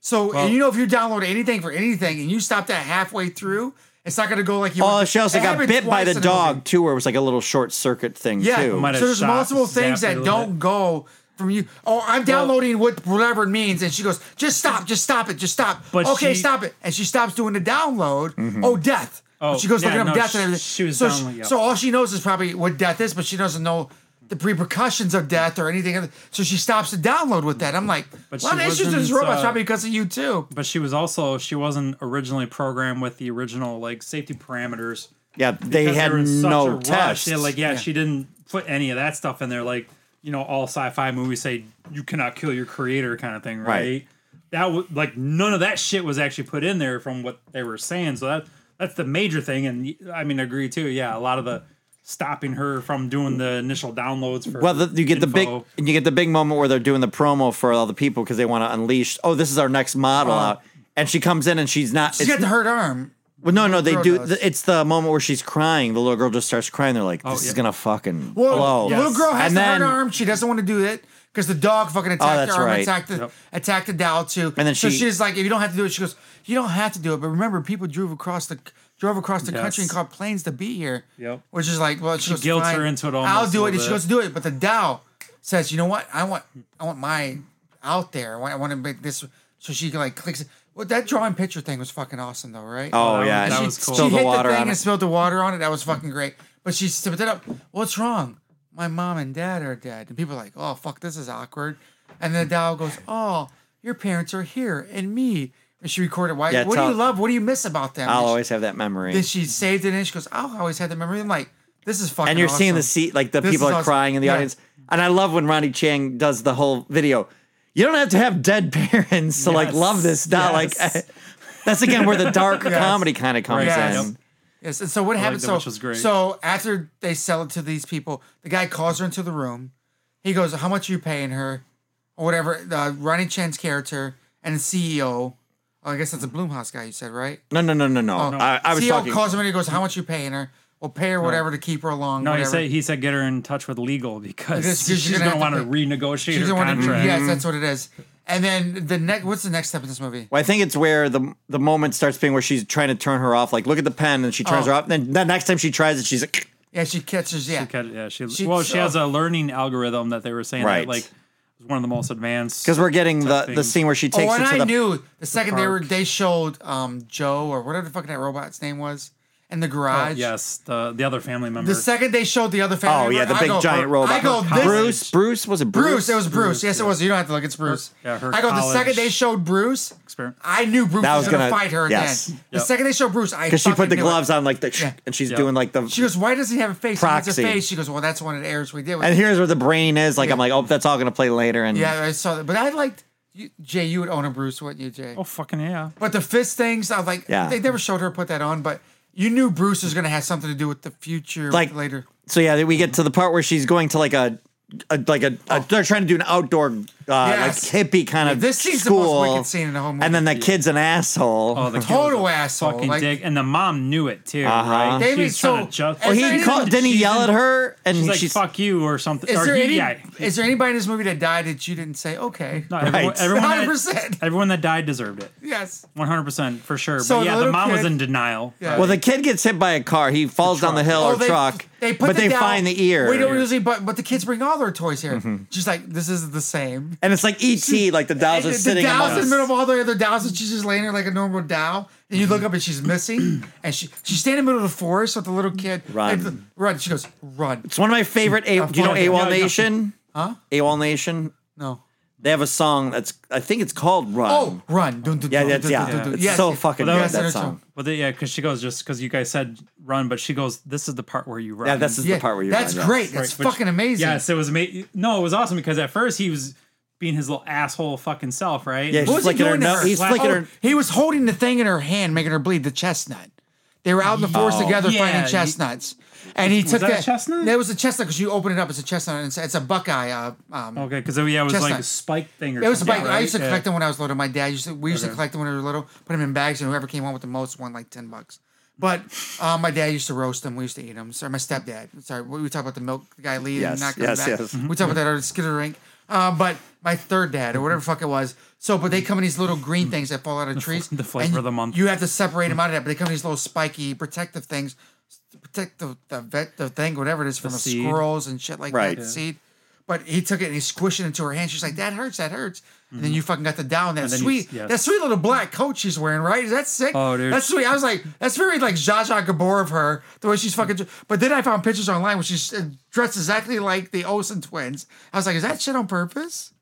[SPEAKER 3] So and you know, if you download anything for anything and you stop that halfway through, it's not going to go like you.
[SPEAKER 4] Oh,
[SPEAKER 3] want.
[SPEAKER 4] she also
[SPEAKER 3] It
[SPEAKER 4] got
[SPEAKER 3] happened
[SPEAKER 4] bit by
[SPEAKER 3] twice
[SPEAKER 4] the
[SPEAKER 3] in movie.
[SPEAKER 4] dog too, where it was like a little short circuit thing
[SPEAKER 3] Yeah,
[SPEAKER 4] too.
[SPEAKER 5] Might have
[SPEAKER 3] so there's
[SPEAKER 5] shot,
[SPEAKER 3] multiple things
[SPEAKER 5] zapped
[SPEAKER 3] that
[SPEAKER 5] a little
[SPEAKER 3] don't
[SPEAKER 5] bit.
[SPEAKER 3] go. From you, oh, I'm downloading what whatever it means, and she goes, "Just stop, just stop it, just stop."
[SPEAKER 5] But
[SPEAKER 3] okay,
[SPEAKER 5] she- Mm-hmm.
[SPEAKER 3] stop it, and she stops doing the download. Oh, death!
[SPEAKER 5] Oh,
[SPEAKER 3] she goes
[SPEAKER 5] yeah,
[SPEAKER 3] looking up
[SPEAKER 5] no,
[SPEAKER 3] death
[SPEAKER 5] she-
[SPEAKER 3] and everything.
[SPEAKER 5] she was
[SPEAKER 3] so,
[SPEAKER 5] downloading, yeah.
[SPEAKER 3] so all she knows is probably what death is, but she doesn't know the repercussions of death or anything. other- So she stops to download with that. I'm like,
[SPEAKER 5] But
[SPEAKER 3] a lot of
[SPEAKER 5] she
[SPEAKER 3] issues with this
[SPEAKER 5] wasn't,
[SPEAKER 3] robot's
[SPEAKER 5] uh,
[SPEAKER 3] probably because of you too.
[SPEAKER 5] but she was also she wasn't originally programmed with the original like safety parameters.
[SPEAKER 4] yeah, they
[SPEAKER 5] because
[SPEAKER 4] had
[SPEAKER 5] were in such a
[SPEAKER 4] no
[SPEAKER 5] rush.
[SPEAKER 4] tests.
[SPEAKER 5] They, like, yeah, she didn't put any of that stuff in there. Like, you know, all sci-fi movies say you cannot kill your creator, kind of thing, right?
[SPEAKER 4] Right.
[SPEAKER 5] That was like none of that shit was actually put in there from what they were saying. So that that's the major thing. And I mean, agree too. Yeah, a lot of the stopping her from doing the initial downloads. For
[SPEAKER 4] Well, the, you get the big
[SPEAKER 5] info.
[SPEAKER 4] you get the big moment where they're doing the promo for all the people because they want to unleash. Oh, this is our next model out, and she comes in and she's not.
[SPEAKER 3] Uh-huh. She's
[SPEAKER 4] it's-
[SPEAKER 3] got the hurt arm.
[SPEAKER 4] well, no, no, they
[SPEAKER 3] girl
[SPEAKER 4] do.
[SPEAKER 3] does.
[SPEAKER 4] th- It's the moment where she's crying. The little girl just starts crying. They're like, "This is
[SPEAKER 5] Oh, yeah.
[SPEAKER 4] gonna fucking
[SPEAKER 3] Well,
[SPEAKER 4] blow."
[SPEAKER 3] the little girl has
[SPEAKER 4] and
[SPEAKER 3] the
[SPEAKER 4] then,
[SPEAKER 3] hurt arm. She doesn't want to do it because the dog fucking attacked
[SPEAKER 4] Oh, that's
[SPEAKER 3] her arm,
[SPEAKER 4] right.
[SPEAKER 3] attacked the
[SPEAKER 5] Yep.
[SPEAKER 3] attacked the dowel too.
[SPEAKER 4] And then
[SPEAKER 3] so
[SPEAKER 4] she-
[SPEAKER 3] she's like, "If you don't have to do it," she goes, "You don't have to do it." But remember, people drove across the drove across the country and
[SPEAKER 5] Yes.
[SPEAKER 3] caught planes to be here.
[SPEAKER 5] Yep.
[SPEAKER 3] Which is like, well, she, goes,
[SPEAKER 5] guilts
[SPEAKER 3] "Fine,
[SPEAKER 5] her into it
[SPEAKER 3] I'll
[SPEAKER 5] almost a
[SPEAKER 3] do it.
[SPEAKER 5] little
[SPEAKER 3] And she
[SPEAKER 5] bit.
[SPEAKER 3] goes, "Do it." But the dowel says, "You know what? I want I want my out there. I want, I want to make this." So she like clicks. it. Well, that drawing picture thing was fucking awesome though, right?
[SPEAKER 4] Oh
[SPEAKER 5] that was-
[SPEAKER 4] yeah,
[SPEAKER 5] that
[SPEAKER 4] she
[SPEAKER 5] was cool.
[SPEAKER 4] spilled
[SPEAKER 3] she
[SPEAKER 4] the
[SPEAKER 3] hit
[SPEAKER 4] water
[SPEAKER 3] the thing
[SPEAKER 4] on it.
[SPEAKER 3] and spilled the water on it. That was fucking great. But she stepped it up. What's wrong? My mom and dad are dead. And people are like, oh fuck, this is awkward. And then the doll goes, oh, your parents are here and me. And she recorded. Why?
[SPEAKER 4] Yeah,
[SPEAKER 3] what
[SPEAKER 4] tell-
[SPEAKER 3] do you love? What do you miss about them?
[SPEAKER 4] I'll
[SPEAKER 3] And she-
[SPEAKER 4] always have that memory.
[SPEAKER 3] Then she saved it and she goes, I'll always have the memory. I'm like, this is fucking.
[SPEAKER 4] and you're seeing the
[SPEAKER 3] awesome.
[SPEAKER 4] seat like the
[SPEAKER 3] This
[SPEAKER 4] people
[SPEAKER 3] is
[SPEAKER 4] are
[SPEAKER 3] awesome.
[SPEAKER 4] crying in the
[SPEAKER 3] Yeah.
[SPEAKER 4] audience and i love when ronnie chang does the whole video you don't have to have dead <laughs> parents to like
[SPEAKER 5] Yes.
[SPEAKER 4] love this doll
[SPEAKER 5] Yes.
[SPEAKER 4] like <laughs> that's again where the
[SPEAKER 3] <laughs>
[SPEAKER 4] dark comedy kind of comes
[SPEAKER 5] Right.
[SPEAKER 3] Yes.
[SPEAKER 4] in
[SPEAKER 3] Yes. And so what happened?
[SPEAKER 5] that,
[SPEAKER 3] So,
[SPEAKER 5] which was great.
[SPEAKER 3] so after they sell it to these people, the guy calls her into the room. He goes, "How much are you paying her?" Or whatever. Uh, Ronnie Chen's character and the CEO. Oh, I guess that's a Bloomhouse guy. You said right?
[SPEAKER 4] no no no no no I, I was
[SPEAKER 3] CEO
[SPEAKER 4] talking
[SPEAKER 3] calls him and he goes, Oh, "How much you paying her?" Well, pay her whatever to keep her along.
[SPEAKER 5] No, he
[SPEAKER 3] whatever.
[SPEAKER 5] said he said get her in touch with legal because
[SPEAKER 3] Because
[SPEAKER 5] <laughs>
[SPEAKER 3] she's
[SPEAKER 5] she's
[SPEAKER 3] gonna
[SPEAKER 5] going to
[SPEAKER 3] have
[SPEAKER 5] want
[SPEAKER 3] to
[SPEAKER 5] to renegotiate
[SPEAKER 3] She's
[SPEAKER 5] her
[SPEAKER 3] the one to-
[SPEAKER 5] contract.
[SPEAKER 4] Mm-hmm.
[SPEAKER 3] Yes, that's what it is. And then the next, what's the next step in this movie?
[SPEAKER 4] well, I think it's where the the moment starts being where she's trying to turn her off. Like, look at the pen, and she turns
[SPEAKER 3] Oh.
[SPEAKER 4] her off. Then the next time she tries it, she's like, <clears throat>
[SPEAKER 3] Yeah, she catches. Yeah,
[SPEAKER 5] Cut- yeah, she,
[SPEAKER 3] She-
[SPEAKER 5] well, she
[SPEAKER 3] so-
[SPEAKER 5] has a learning algorithm that they were saying
[SPEAKER 4] Right.
[SPEAKER 5] that like was one of the most advanced.
[SPEAKER 4] because we're getting the, the
[SPEAKER 5] thing.
[SPEAKER 4] scene where she takes
[SPEAKER 3] Oh,
[SPEAKER 4] it
[SPEAKER 3] and
[SPEAKER 4] to
[SPEAKER 3] I
[SPEAKER 4] the
[SPEAKER 3] knew the second they were
[SPEAKER 5] park.
[SPEAKER 3] they showed um Joe or whatever the fuck that robot's name was in the
[SPEAKER 5] Oh,
[SPEAKER 3] garage.
[SPEAKER 5] yes, the the other family member.
[SPEAKER 3] The second they showed the other family.
[SPEAKER 4] oh yeah,
[SPEAKER 3] member,
[SPEAKER 4] the
[SPEAKER 3] I
[SPEAKER 4] big
[SPEAKER 3] go,
[SPEAKER 4] giant robot.
[SPEAKER 3] I go this
[SPEAKER 4] Bruce, Bruce was it Bruce?
[SPEAKER 3] Bruce. It was Bruce. Yes, it was. You don't have to look. It's Bruce.
[SPEAKER 5] yeah, her
[SPEAKER 3] I go the
[SPEAKER 5] college-
[SPEAKER 3] second they showed Bruce.
[SPEAKER 5] Experiment.
[SPEAKER 3] I knew Bruce
[SPEAKER 4] That
[SPEAKER 3] was,
[SPEAKER 4] was
[SPEAKER 3] gonna,
[SPEAKER 4] gonna-
[SPEAKER 3] fight her
[SPEAKER 4] yes.
[SPEAKER 3] then. The
[SPEAKER 5] Yep.
[SPEAKER 3] second they showed Bruce, I
[SPEAKER 4] because she put
[SPEAKER 3] fucking
[SPEAKER 4] the
[SPEAKER 3] knew it.
[SPEAKER 4] gloves on like the
[SPEAKER 3] Yeah.
[SPEAKER 4] and she's
[SPEAKER 5] Yeah.
[SPEAKER 4] doing like the
[SPEAKER 3] She goes, "Why does he have a face? He
[SPEAKER 4] Proxy.
[SPEAKER 3] has a face." She goes, "Well, that's when it airs. We did."
[SPEAKER 4] And here's where the brain is. Like I'm like, oh, that's all gonna play later. And
[SPEAKER 3] yeah, I saw that. But I liked you, Jay. You would own a Bruce, wouldn't you, Jay?
[SPEAKER 5] oh fucking yeah.
[SPEAKER 3] But the fist things, I was like,
[SPEAKER 4] Yeah.
[SPEAKER 3] they never showed her put that on, but you knew Bruce was going to have something to do with the future
[SPEAKER 4] Like-
[SPEAKER 3] later.
[SPEAKER 4] so yeah, we get to the part where she's going to like a, a like a, a- they're trying to do an outdoor uh,
[SPEAKER 3] Oh. Yes.
[SPEAKER 4] like hippie kind of
[SPEAKER 3] This scene's the
[SPEAKER 4] uh, school.
[SPEAKER 3] most wicked scene in the whole movie.
[SPEAKER 4] And then the kid's an asshole.
[SPEAKER 5] Oh, the kid was
[SPEAKER 3] Total
[SPEAKER 5] a
[SPEAKER 3] asshole,
[SPEAKER 5] Fucking
[SPEAKER 3] like- Uh-huh.
[SPEAKER 5] dick. And the mom knew it too, right?
[SPEAKER 3] David,
[SPEAKER 5] She's trying to
[SPEAKER 3] so-
[SPEAKER 5] ju-
[SPEAKER 3] Oh,
[SPEAKER 4] well,
[SPEAKER 3] is
[SPEAKER 4] he
[SPEAKER 3] there
[SPEAKER 4] called,
[SPEAKER 3] any-
[SPEAKER 4] didn't he yell at her? And
[SPEAKER 5] She's like,
[SPEAKER 4] she's
[SPEAKER 5] "Fuck you" or something.
[SPEAKER 3] Is
[SPEAKER 5] or
[SPEAKER 3] there
[SPEAKER 5] he,
[SPEAKER 3] any
[SPEAKER 5] yeah.
[SPEAKER 3] is there anybody in this movie that died that you didn't say okay?
[SPEAKER 5] No, everyone,
[SPEAKER 4] Right.
[SPEAKER 5] everyone, that,
[SPEAKER 3] 100%.
[SPEAKER 5] everyone that died deserved it.
[SPEAKER 3] Yes.
[SPEAKER 5] 100% for sure.
[SPEAKER 3] So
[SPEAKER 5] but
[SPEAKER 3] the
[SPEAKER 5] yeah, the,
[SPEAKER 3] little
[SPEAKER 5] mom was
[SPEAKER 3] kid-
[SPEAKER 5] in denial.
[SPEAKER 3] Yeah.
[SPEAKER 4] well, the kid gets hit by a car. He falls down the hill or truck,
[SPEAKER 3] Oh, They put
[SPEAKER 4] but
[SPEAKER 3] the
[SPEAKER 4] they
[SPEAKER 3] down-
[SPEAKER 4] find the ear.
[SPEAKER 3] We don't usually, but but the kids bring all their toys here.
[SPEAKER 5] Mm-hmm.
[SPEAKER 3] She's like, this is the same.
[SPEAKER 4] and it's like ET, like the dolls are
[SPEAKER 3] And the
[SPEAKER 4] sitting
[SPEAKER 3] dow's in
[SPEAKER 4] amongst-
[SPEAKER 3] the middle of all the other dow's, and she's just laying there like a normal dow. And you look up and she's missing, and she she's standing in the middle of the forest with the little kid.
[SPEAKER 4] Run.
[SPEAKER 3] And the- run. She goes, run.
[SPEAKER 4] It's one of my favorite. A- do you know
[SPEAKER 3] fucking-
[SPEAKER 4] AWOL
[SPEAKER 5] No, no.
[SPEAKER 4] Nation? Huh? AWOL Nation.
[SPEAKER 3] No.
[SPEAKER 4] They have a song that's I think it's called Run.
[SPEAKER 3] Oh, run. Dun, dun,
[SPEAKER 4] Um, yeah,
[SPEAKER 3] dun,
[SPEAKER 4] that's
[SPEAKER 3] dun,
[SPEAKER 4] yeah.
[SPEAKER 3] dun, dun, dun.
[SPEAKER 4] It's
[SPEAKER 3] Yes,
[SPEAKER 4] so
[SPEAKER 3] yes.
[SPEAKER 4] fucking
[SPEAKER 3] Well,
[SPEAKER 4] good
[SPEAKER 3] was
[SPEAKER 4] that
[SPEAKER 3] another
[SPEAKER 4] song.
[SPEAKER 5] But they, yeah, because she goes just because you guys said run, but she goes, "This is the part where you run."
[SPEAKER 4] Yeah, this is the part where you.
[SPEAKER 3] That's
[SPEAKER 4] run, yeah.
[SPEAKER 3] great. That's
[SPEAKER 5] Right, which-
[SPEAKER 3] fucking amazing.
[SPEAKER 5] Yes, it was amazing. No, it was awesome because at first he was being his little asshole fucking self, right?
[SPEAKER 4] Yeah,
[SPEAKER 5] And
[SPEAKER 3] What
[SPEAKER 4] He's
[SPEAKER 3] was
[SPEAKER 4] flicking
[SPEAKER 3] he
[SPEAKER 4] her
[SPEAKER 3] doing to
[SPEAKER 4] nose-
[SPEAKER 3] her?
[SPEAKER 4] he's flicking
[SPEAKER 3] Oh,
[SPEAKER 4] her-
[SPEAKER 3] He was holding the thing in her hand, making her bleed the chestnut. They were out in the forest
[SPEAKER 4] Oh.
[SPEAKER 3] together
[SPEAKER 5] Yeah,
[SPEAKER 3] finding
[SPEAKER 5] you-
[SPEAKER 3] chestnuts, and he took
[SPEAKER 5] that a
[SPEAKER 3] that
[SPEAKER 5] chestnut?
[SPEAKER 3] That was a chestnut because you open it up, it's a chestnut. And it's, it's a buckeye. Uh, um,
[SPEAKER 5] Okay, because yeah, it was like
[SPEAKER 3] Chestnut.
[SPEAKER 5] a spike thing or
[SPEAKER 3] It was a
[SPEAKER 5] something.
[SPEAKER 3] bike.
[SPEAKER 5] right?
[SPEAKER 3] I used to
[SPEAKER 5] Yeah.
[SPEAKER 3] collect them when I was little. My dad used to. We used to
[SPEAKER 5] Okay.
[SPEAKER 3] collect them when we were little. Put them in bags, and whoever came home with the most won like ten bucks. But um, my dad used to roast them. We used to eat them. Sorry, my stepdad. Sorry, we we talked about the milk guy leaving,
[SPEAKER 4] Yes,
[SPEAKER 3] not coming
[SPEAKER 4] yes,
[SPEAKER 3] back.
[SPEAKER 4] yes.
[SPEAKER 3] We talked about that other skitter rink. Um, but my third dad or whatever the fuck it was. So, but they come in these little green things that fall out of trees.
[SPEAKER 5] <laughs> the flavor
[SPEAKER 3] and
[SPEAKER 5] of the month.
[SPEAKER 3] You have to separate them out of that. But they come in these little spiky protective things, to protect the the, vet, the thing, whatever it is, from the
[SPEAKER 5] seed.
[SPEAKER 3] squirrels and shit like
[SPEAKER 4] Right.
[SPEAKER 3] that.
[SPEAKER 4] Yeah.
[SPEAKER 3] Seed. But he took it and he squished it into her hand. She's like, "That hurts. That hurts." And then you fucking got the down. That
[SPEAKER 5] Mm-hmm. then you-
[SPEAKER 3] sweet,
[SPEAKER 5] yes.
[SPEAKER 3] that sweet little black coat she's wearing, right? Is that sick?
[SPEAKER 5] Oh, dude.
[SPEAKER 3] that's sweet. I was like, that's very like Zsa Zsa Gabor of her, the way she's fucking. But then I found pictures online where she's uh, dressed exactly like the Olsen twins. I was like, is that shit on purpose?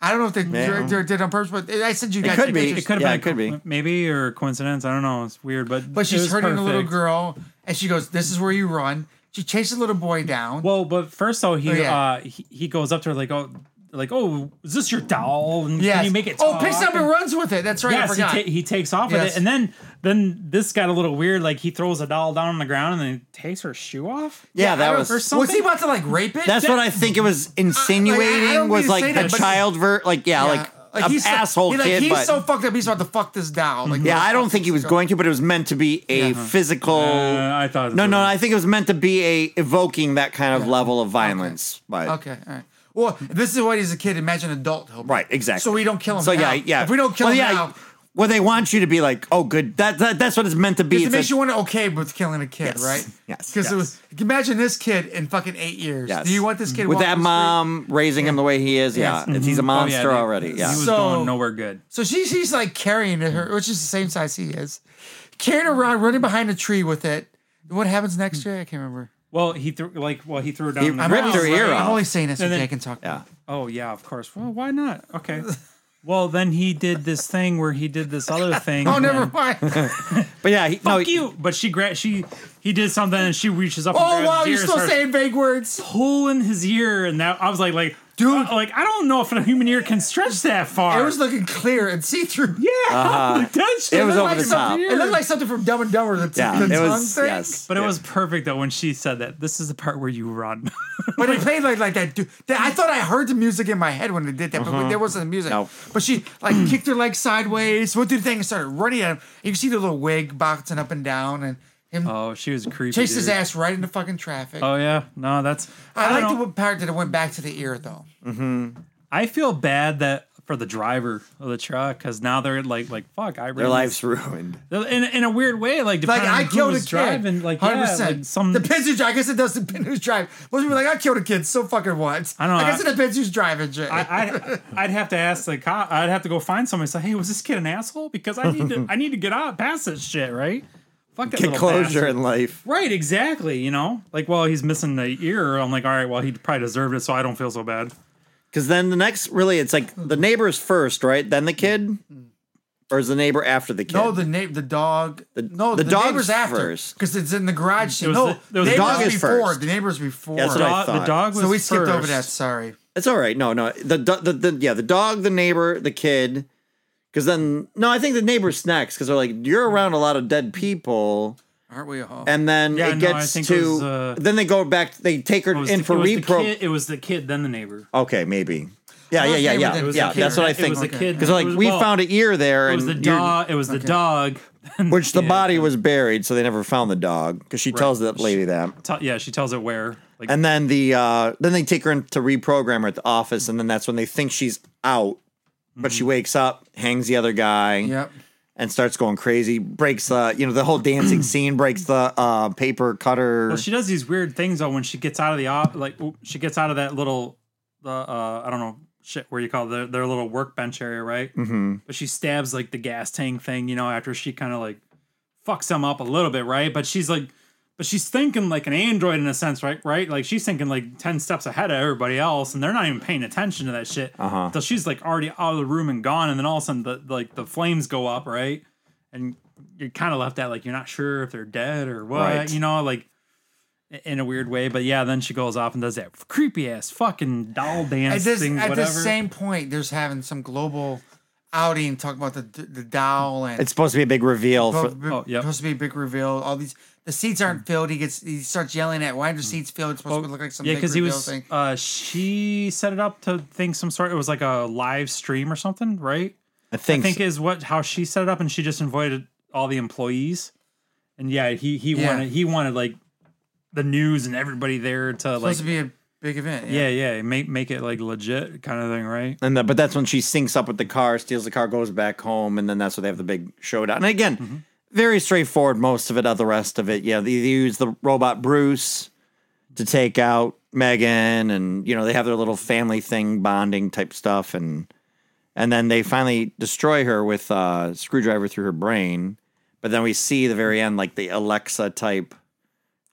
[SPEAKER 3] I don't know if they
[SPEAKER 4] Yeah.
[SPEAKER 3] did did it on purpose, but I said you guys
[SPEAKER 4] could
[SPEAKER 3] the
[SPEAKER 4] be.
[SPEAKER 3] pictures.
[SPEAKER 5] It could have
[SPEAKER 4] Yeah,
[SPEAKER 5] been,
[SPEAKER 4] it could be.
[SPEAKER 5] co- maybe or coincidence. I don't know. It's weird, but
[SPEAKER 3] But
[SPEAKER 5] it
[SPEAKER 3] she's
[SPEAKER 5] was
[SPEAKER 3] hurting the little
[SPEAKER 5] perfect.
[SPEAKER 3] girl, and she goes, "This is where you run." She chases the little boy down.
[SPEAKER 5] Well, but first though, he
[SPEAKER 3] Oh, yeah.
[SPEAKER 5] uh he, he goes up to her like, "Oh, like, oh, is this your doll? And
[SPEAKER 3] Yes.
[SPEAKER 5] can you make it?
[SPEAKER 3] Oh,
[SPEAKER 5] talk?
[SPEAKER 3] picks it up and runs with it. That's right. I
[SPEAKER 5] Yes, he,
[SPEAKER 3] forgot.
[SPEAKER 5] ta- he takes off with
[SPEAKER 3] Yes.
[SPEAKER 5] it, and then then this got a little weird. Like he throws a doll down on the ground and then takes her shoe off.
[SPEAKER 4] Yeah,
[SPEAKER 5] I
[SPEAKER 4] that
[SPEAKER 5] don't-
[SPEAKER 4] was-
[SPEAKER 5] or
[SPEAKER 4] Was
[SPEAKER 5] something.
[SPEAKER 3] Was he about to like rape it?
[SPEAKER 4] That's what I think it was insinuating
[SPEAKER 3] I don't mean
[SPEAKER 4] was
[SPEAKER 3] to say
[SPEAKER 4] like the
[SPEAKER 3] that, but-
[SPEAKER 4] child ver like yeah,
[SPEAKER 3] Yeah.
[SPEAKER 4] like, an
[SPEAKER 3] he's so-
[SPEAKER 4] asshole
[SPEAKER 3] he, like,
[SPEAKER 4] kid.
[SPEAKER 3] He's
[SPEAKER 4] but
[SPEAKER 3] so fucked up. He's about to fuck this down. Like,
[SPEAKER 4] yeah, I don't think he was going to, but it was meant to be a physical.
[SPEAKER 5] Uh, I thought.
[SPEAKER 4] no, no, I think it was meant to be a evoking that kind of level of violence. But
[SPEAKER 3] Okay, all right. Well, this is what he's a kid. Imagine adulthood.
[SPEAKER 4] right, exactly.
[SPEAKER 3] So we don't kill him.
[SPEAKER 4] So
[SPEAKER 3] now.
[SPEAKER 4] yeah, yeah.
[SPEAKER 3] If we don't kill
[SPEAKER 4] well,
[SPEAKER 3] him
[SPEAKER 4] yeah,
[SPEAKER 3] now,
[SPEAKER 4] well, they want you to be like, oh, good. That, that that's what it's meant to be.
[SPEAKER 3] it
[SPEAKER 4] It's
[SPEAKER 3] makes
[SPEAKER 4] a-
[SPEAKER 3] you want to okay with killing a kid,
[SPEAKER 4] Yes,
[SPEAKER 3] right?
[SPEAKER 4] yes,
[SPEAKER 3] Because
[SPEAKER 4] yes.
[SPEAKER 3] it was. Imagine this kid in fucking eight years.
[SPEAKER 4] Yes.
[SPEAKER 3] Do you want this kid
[SPEAKER 4] with
[SPEAKER 3] walking
[SPEAKER 4] that
[SPEAKER 3] the street?
[SPEAKER 4] mom raising him the way he is? Yeah, it's,
[SPEAKER 3] Yes.
[SPEAKER 4] Uh, he's a
[SPEAKER 5] Oh, yeah,
[SPEAKER 4] monster
[SPEAKER 5] they-
[SPEAKER 4] already. Yeah,
[SPEAKER 5] he was
[SPEAKER 3] So-
[SPEAKER 5] going nowhere good.
[SPEAKER 3] So she, she's like carrying her, which is the same size he is, carrying around, running behind a tree with it. What happens next year? I can't remember. Oh,
[SPEAKER 5] Well, he threw like well he threw her down.
[SPEAKER 4] He
[SPEAKER 5] on the
[SPEAKER 4] ripped
[SPEAKER 5] ground,
[SPEAKER 4] her ear
[SPEAKER 5] right?
[SPEAKER 4] off.
[SPEAKER 3] I'm only saying this so
[SPEAKER 5] And then-
[SPEAKER 3] Jake can talk.
[SPEAKER 4] yeah.
[SPEAKER 5] Oh yeah, of course. Well, why not? Okay. Well, then he did this thing where he did this other thing.
[SPEAKER 3] Oh, never
[SPEAKER 5] <laughs>
[SPEAKER 4] <laughs>
[SPEAKER 5] and-
[SPEAKER 3] mind.
[SPEAKER 4] But yeah, he, no,
[SPEAKER 5] Fuck you! But she gra- she he did something and she reaches up.
[SPEAKER 3] Oh
[SPEAKER 5] and grabs
[SPEAKER 3] wow,
[SPEAKER 5] his
[SPEAKER 3] you're
[SPEAKER 5] ear and
[SPEAKER 3] still
[SPEAKER 5] starts
[SPEAKER 3] saying vague words.
[SPEAKER 5] pulling his ear, and that I was like, like dude, like I don't know if a human ear can stretch that far.
[SPEAKER 3] It was looking clear and see through.
[SPEAKER 5] yeah, <laughs> like, that shit
[SPEAKER 4] It was
[SPEAKER 5] looked
[SPEAKER 4] over the
[SPEAKER 5] something
[SPEAKER 4] top.
[SPEAKER 5] weird.
[SPEAKER 3] It looked like something from Dumb and Dumber. The, t-
[SPEAKER 4] Yeah,
[SPEAKER 3] the
[SPEAKER 4] it
[SPEAKER 3] tongue
[SPEAKER 4] was
[SPEAKER 3] thing.
[SPEAKER 4] yes,
[SPEAKER 5] But it
[SPEAKER 4] Yeah.
[SPEAKER 5] was perfect though when she said that. This is the part where you run. <laughs>
[SPEAKER 3] But it played like like that. Dude, that I thought I heard the music in my head when it did that,
[SPEAKER 5] Uh-huh.
[SPEAKER 3] but there wasn't the music.
[SPEAKER 4] No.
[SPEAKER 3] But she like <clears throat> kicked her leg sideways, went through the thing, and started running at him. You can see the little wig bouncing up and down, and him
[SPEAKER 5] oh, she was creepy.
[SPEAKER 3] chased his
[SPEAKER 5] dude.
[SPEAKER 3] ass right into fucking traffic.
[SPEAKER 5] Oh yeah, no, that's. I,
[SPEAKER 3] I
[SPEAKER 5] don't
[SPEAKER 3] like
[SPEAKER 5] know.
[SPEAKER 3] the part that it went back to the ear though.
[SPEAKER 5] I feel bad that for the driver of the truck because now they're like like fuck. I
[SPEAKER 4] Their life's ruined.
[SPEAKER 5] in in a weird way like
[SPEAKER 3] Like
[SPEAKER 5] depending
[SPEAKER 3] I
[SPEAKER 5] on
[SPEAKER 3] killed a
[SPEAKER 5] who's
[SPEAKER 3] kid,
[SPEAKER 5] driving like yeah, like some
[SPEAKER 3] The Pinson's I guess it does <laughs> depend who's driving. Most people are like I killed a kid so fucking what?
[SPEAKER 5] I know,
[SPEAKER 3] I guess
[SPEAKER 5] I-
[SPEAKER 3] it depends who's driving. Jay.
[SPEAKER 5] I, I'd have to ask the cop. I'd have to go find somebody. and Say, hey, was this kid an asshole? Because I need to. I need to get out past this shit, right? Fuck that
[SPEAKER 4] Get
[SPEAKER 5] little
[SPEAKER 4] closure
[SPEAKER 5] bastard.
[SPEAKER 4] in life.
[SPEAKER 5] Right, exactly. You know, like, well, he's missing the ear. I'm like, all right, well, he probably deserved it, so I don't feel so bad.
[SPEAKER 4] Because then the next, really, it's like the neighbor's first, right? Then the kid, or is the neighbor after the kid?
[SPEAKER 3] No, the name, the dog.
[SPEAKER 4] The-
[SPEAKER 3] no,
[SPEAKER 4] the
[SPEAKER 3] the,
[SPEAKER 4] dog's
[SPEAKER 3] neighbor's after
[SPEAKER 4] first.
[SPEAKER 3] because it's in the garage. Scene.
[SPEAKER 5] was
[SPEAKER 3] No,
[SPEAKER 5] the- there was the
[SPEAKER 3] neighbor's
[SPEAKER 4] dog is
[SPEAKER 3] before.
[SPEAKER 4] first.
[SPEAKER 3] The neighbor's before.
[SPEAKER 4] That's what I
[SPEAKER 5] Dog- the
[SPEAKER 4] thought.
[SPEAKER 5] dog was
[SPEAKER 3] so we skipped over
[SPEAKER 5] first.
[SPEAKER 3] that. Sorry.
[SPEAKER 4] it's all right. No, no, the do- the, the yeah, the dog, the neighbor, the kid. Because then, no, I think the neighbor's next. Because they're like, you're around a lot of dead people,
[SPEAKER 3] Aren't we all?
[SPEAKER 4] and then
[SPEAKER 5] Yeah,
[SPEAKER 4] it
[SPEAKER 5] no, I
[SPEAKER 4] gets
[SPEAKER 5] think
[SPEAKER 4] to.
[SPEAKER 5] it was, uh,
[SPEAKER 4] then they go back. They take her
[SPEAKER 5] It was
[SPEAKER 4] in
[SPEAKER 5] the,
[SPEAKER 4] for
[SPEAKER 5] it was the
[SPEAKER 4] repro.
[SPEAKER 5] kid- it was the kid, then the neighbor.
[SPEAKER 4] Okay, maybe. Yeah,
[SPEAKER 3] Well,
[SPEAKER 4] yeah,
[SPEAKER 3] it's
[SPEAKER 4] yeah,
[SPEAKER 3] neighbor,
[SPEAKER 4] yeah,
[SPEAKER 3] then it was the
[SPEAKER 4] yeah.
[SPEAKER 3] kid,
[SPEAKER 4] That's what
[SPEAKER 3] right?
[SPEAKER 4] I
[SPEAKER 3] It
[SPEAKER 5] It
[SPEAKER 4] think.
[SPEAKER 5] was the
[SPEAKER 3] Okay.
[SPEAKER 5] kid.
[SPEAKER 4] Because like
[SPEAKER 5] it was-
[SPEAKER 4] we
[SPEAKER 5] well,
[SPEAKER 4] found an ear there,
[SPEAKER 5] It
[SPEAKER 4] and
[SPEAKER 5] was the
[SPEAKER 4] you're-
[SPEAKER 5] dog. It was the dog. <laughs> and
[SPEAKER 4] which the
[SPEAKER 5] kid.
[SPEAKER 4] body was buried, so they never found the dog. Because she tells that lady that.
[SPEAKER 5] Tell- yeah, she tells it where. Like,
[SPEAKER 4] And then the uh then they take her in to reprogram her at the office, and then that's when they think she's out, but
[SPEAKER 5] Mm-hmm.
[SPEAKER 4] she wakes up, hangs the other guy,
[SPEAKER 3] Yep.
[SPEAKER 4] and starts going crazy. Breaks the you know the whole
[SPEAKER 5] <clears throat>
[SPEAKER 4] dancing scene, breaks the uh paper cutter.
[SPEAKER 5] Well, she does these weird things though when she gets out of the op- like oop, she gets out of that little uh, uh I don't know shit where you call it, their their little workbench area, right? Mm-hmm. But she stabs like the gas tank thing, you know, after she kind of like fucks him up a little bit, right? But she's like, but she's thinking like an android in a sense, right? Right? Like she's thinking like ten steps ahead of everybody else, and they're not even paying attention to that shit
[SPEAKER 4] Uh-huh.
[SPEAKER 5] until she's like already out of the room and gone, and then all of a sudden the like the flames go up, right? And you're kind of left at like you're not sure if they're dead or what,
[SPEAKER 4] Right.
[SPEAKER 5] you know, like in a weird way. But yeah, then she goes off and does that creepy ass fucking doll
[SPEAKER 3] At
[SPEAKER 5] dance
[SPEAKER 3] this
[SPEAKER 5] thing,
[SPEAKER 3] at
[SPEAKER 5] whatever.
[SPEAKER 3] this same point, there's having some global outing talking about the the dowel and
[SPEAKER 4] it's supposed to be a big reveal. For,
[SPEAKER 5] Oh, Hmm. yep.
[SPEAKER 3] supposed to be a big reveal. All these the seats aren't filled. He gets he starts yelling at why are the seats filled? It's supposed to look like some
[SPEAKER 5] Hmm. yeah,
[SPEAKER 3] big
[SPEAKER 5] because he
[SPEAKER 3] reveal
[SPEAKER 5] was.
[SPEAKER 3] thing.
[SPEAKER 5] Uh, she set it up to think some sort. It was like a live stream or something, right?
[SPEAKER 4] I think,
[SPEAKER 5] I think is what how she set it up, and she just invited all the employees. And yeah, he he
[SPEAKER 3] Yeah.
[SPEAKER 5] wanted he wanted like the news and everybody there to like
[SPEAKER 3] supposed to be a big event.
[SPEAKER 5] yeah yeah make make it like legit kind of thing, right?
[SPEAKER 4] and the, but that's when she sinks up with the car, steals the car, goes back home, and then that's when they have the big showdown. And again,
[SPEAKER 5] Mm-hmm.
[SPEAKER 4] very straightforward. Most of it, of the rest of it, yeah, they, they use the robot Bruce to take out Megan, and you know they have their little family thing, bonding type stuff, and and then they finally destroy her with a screwdriver through her brain. But then we see the very end, like the Alexa type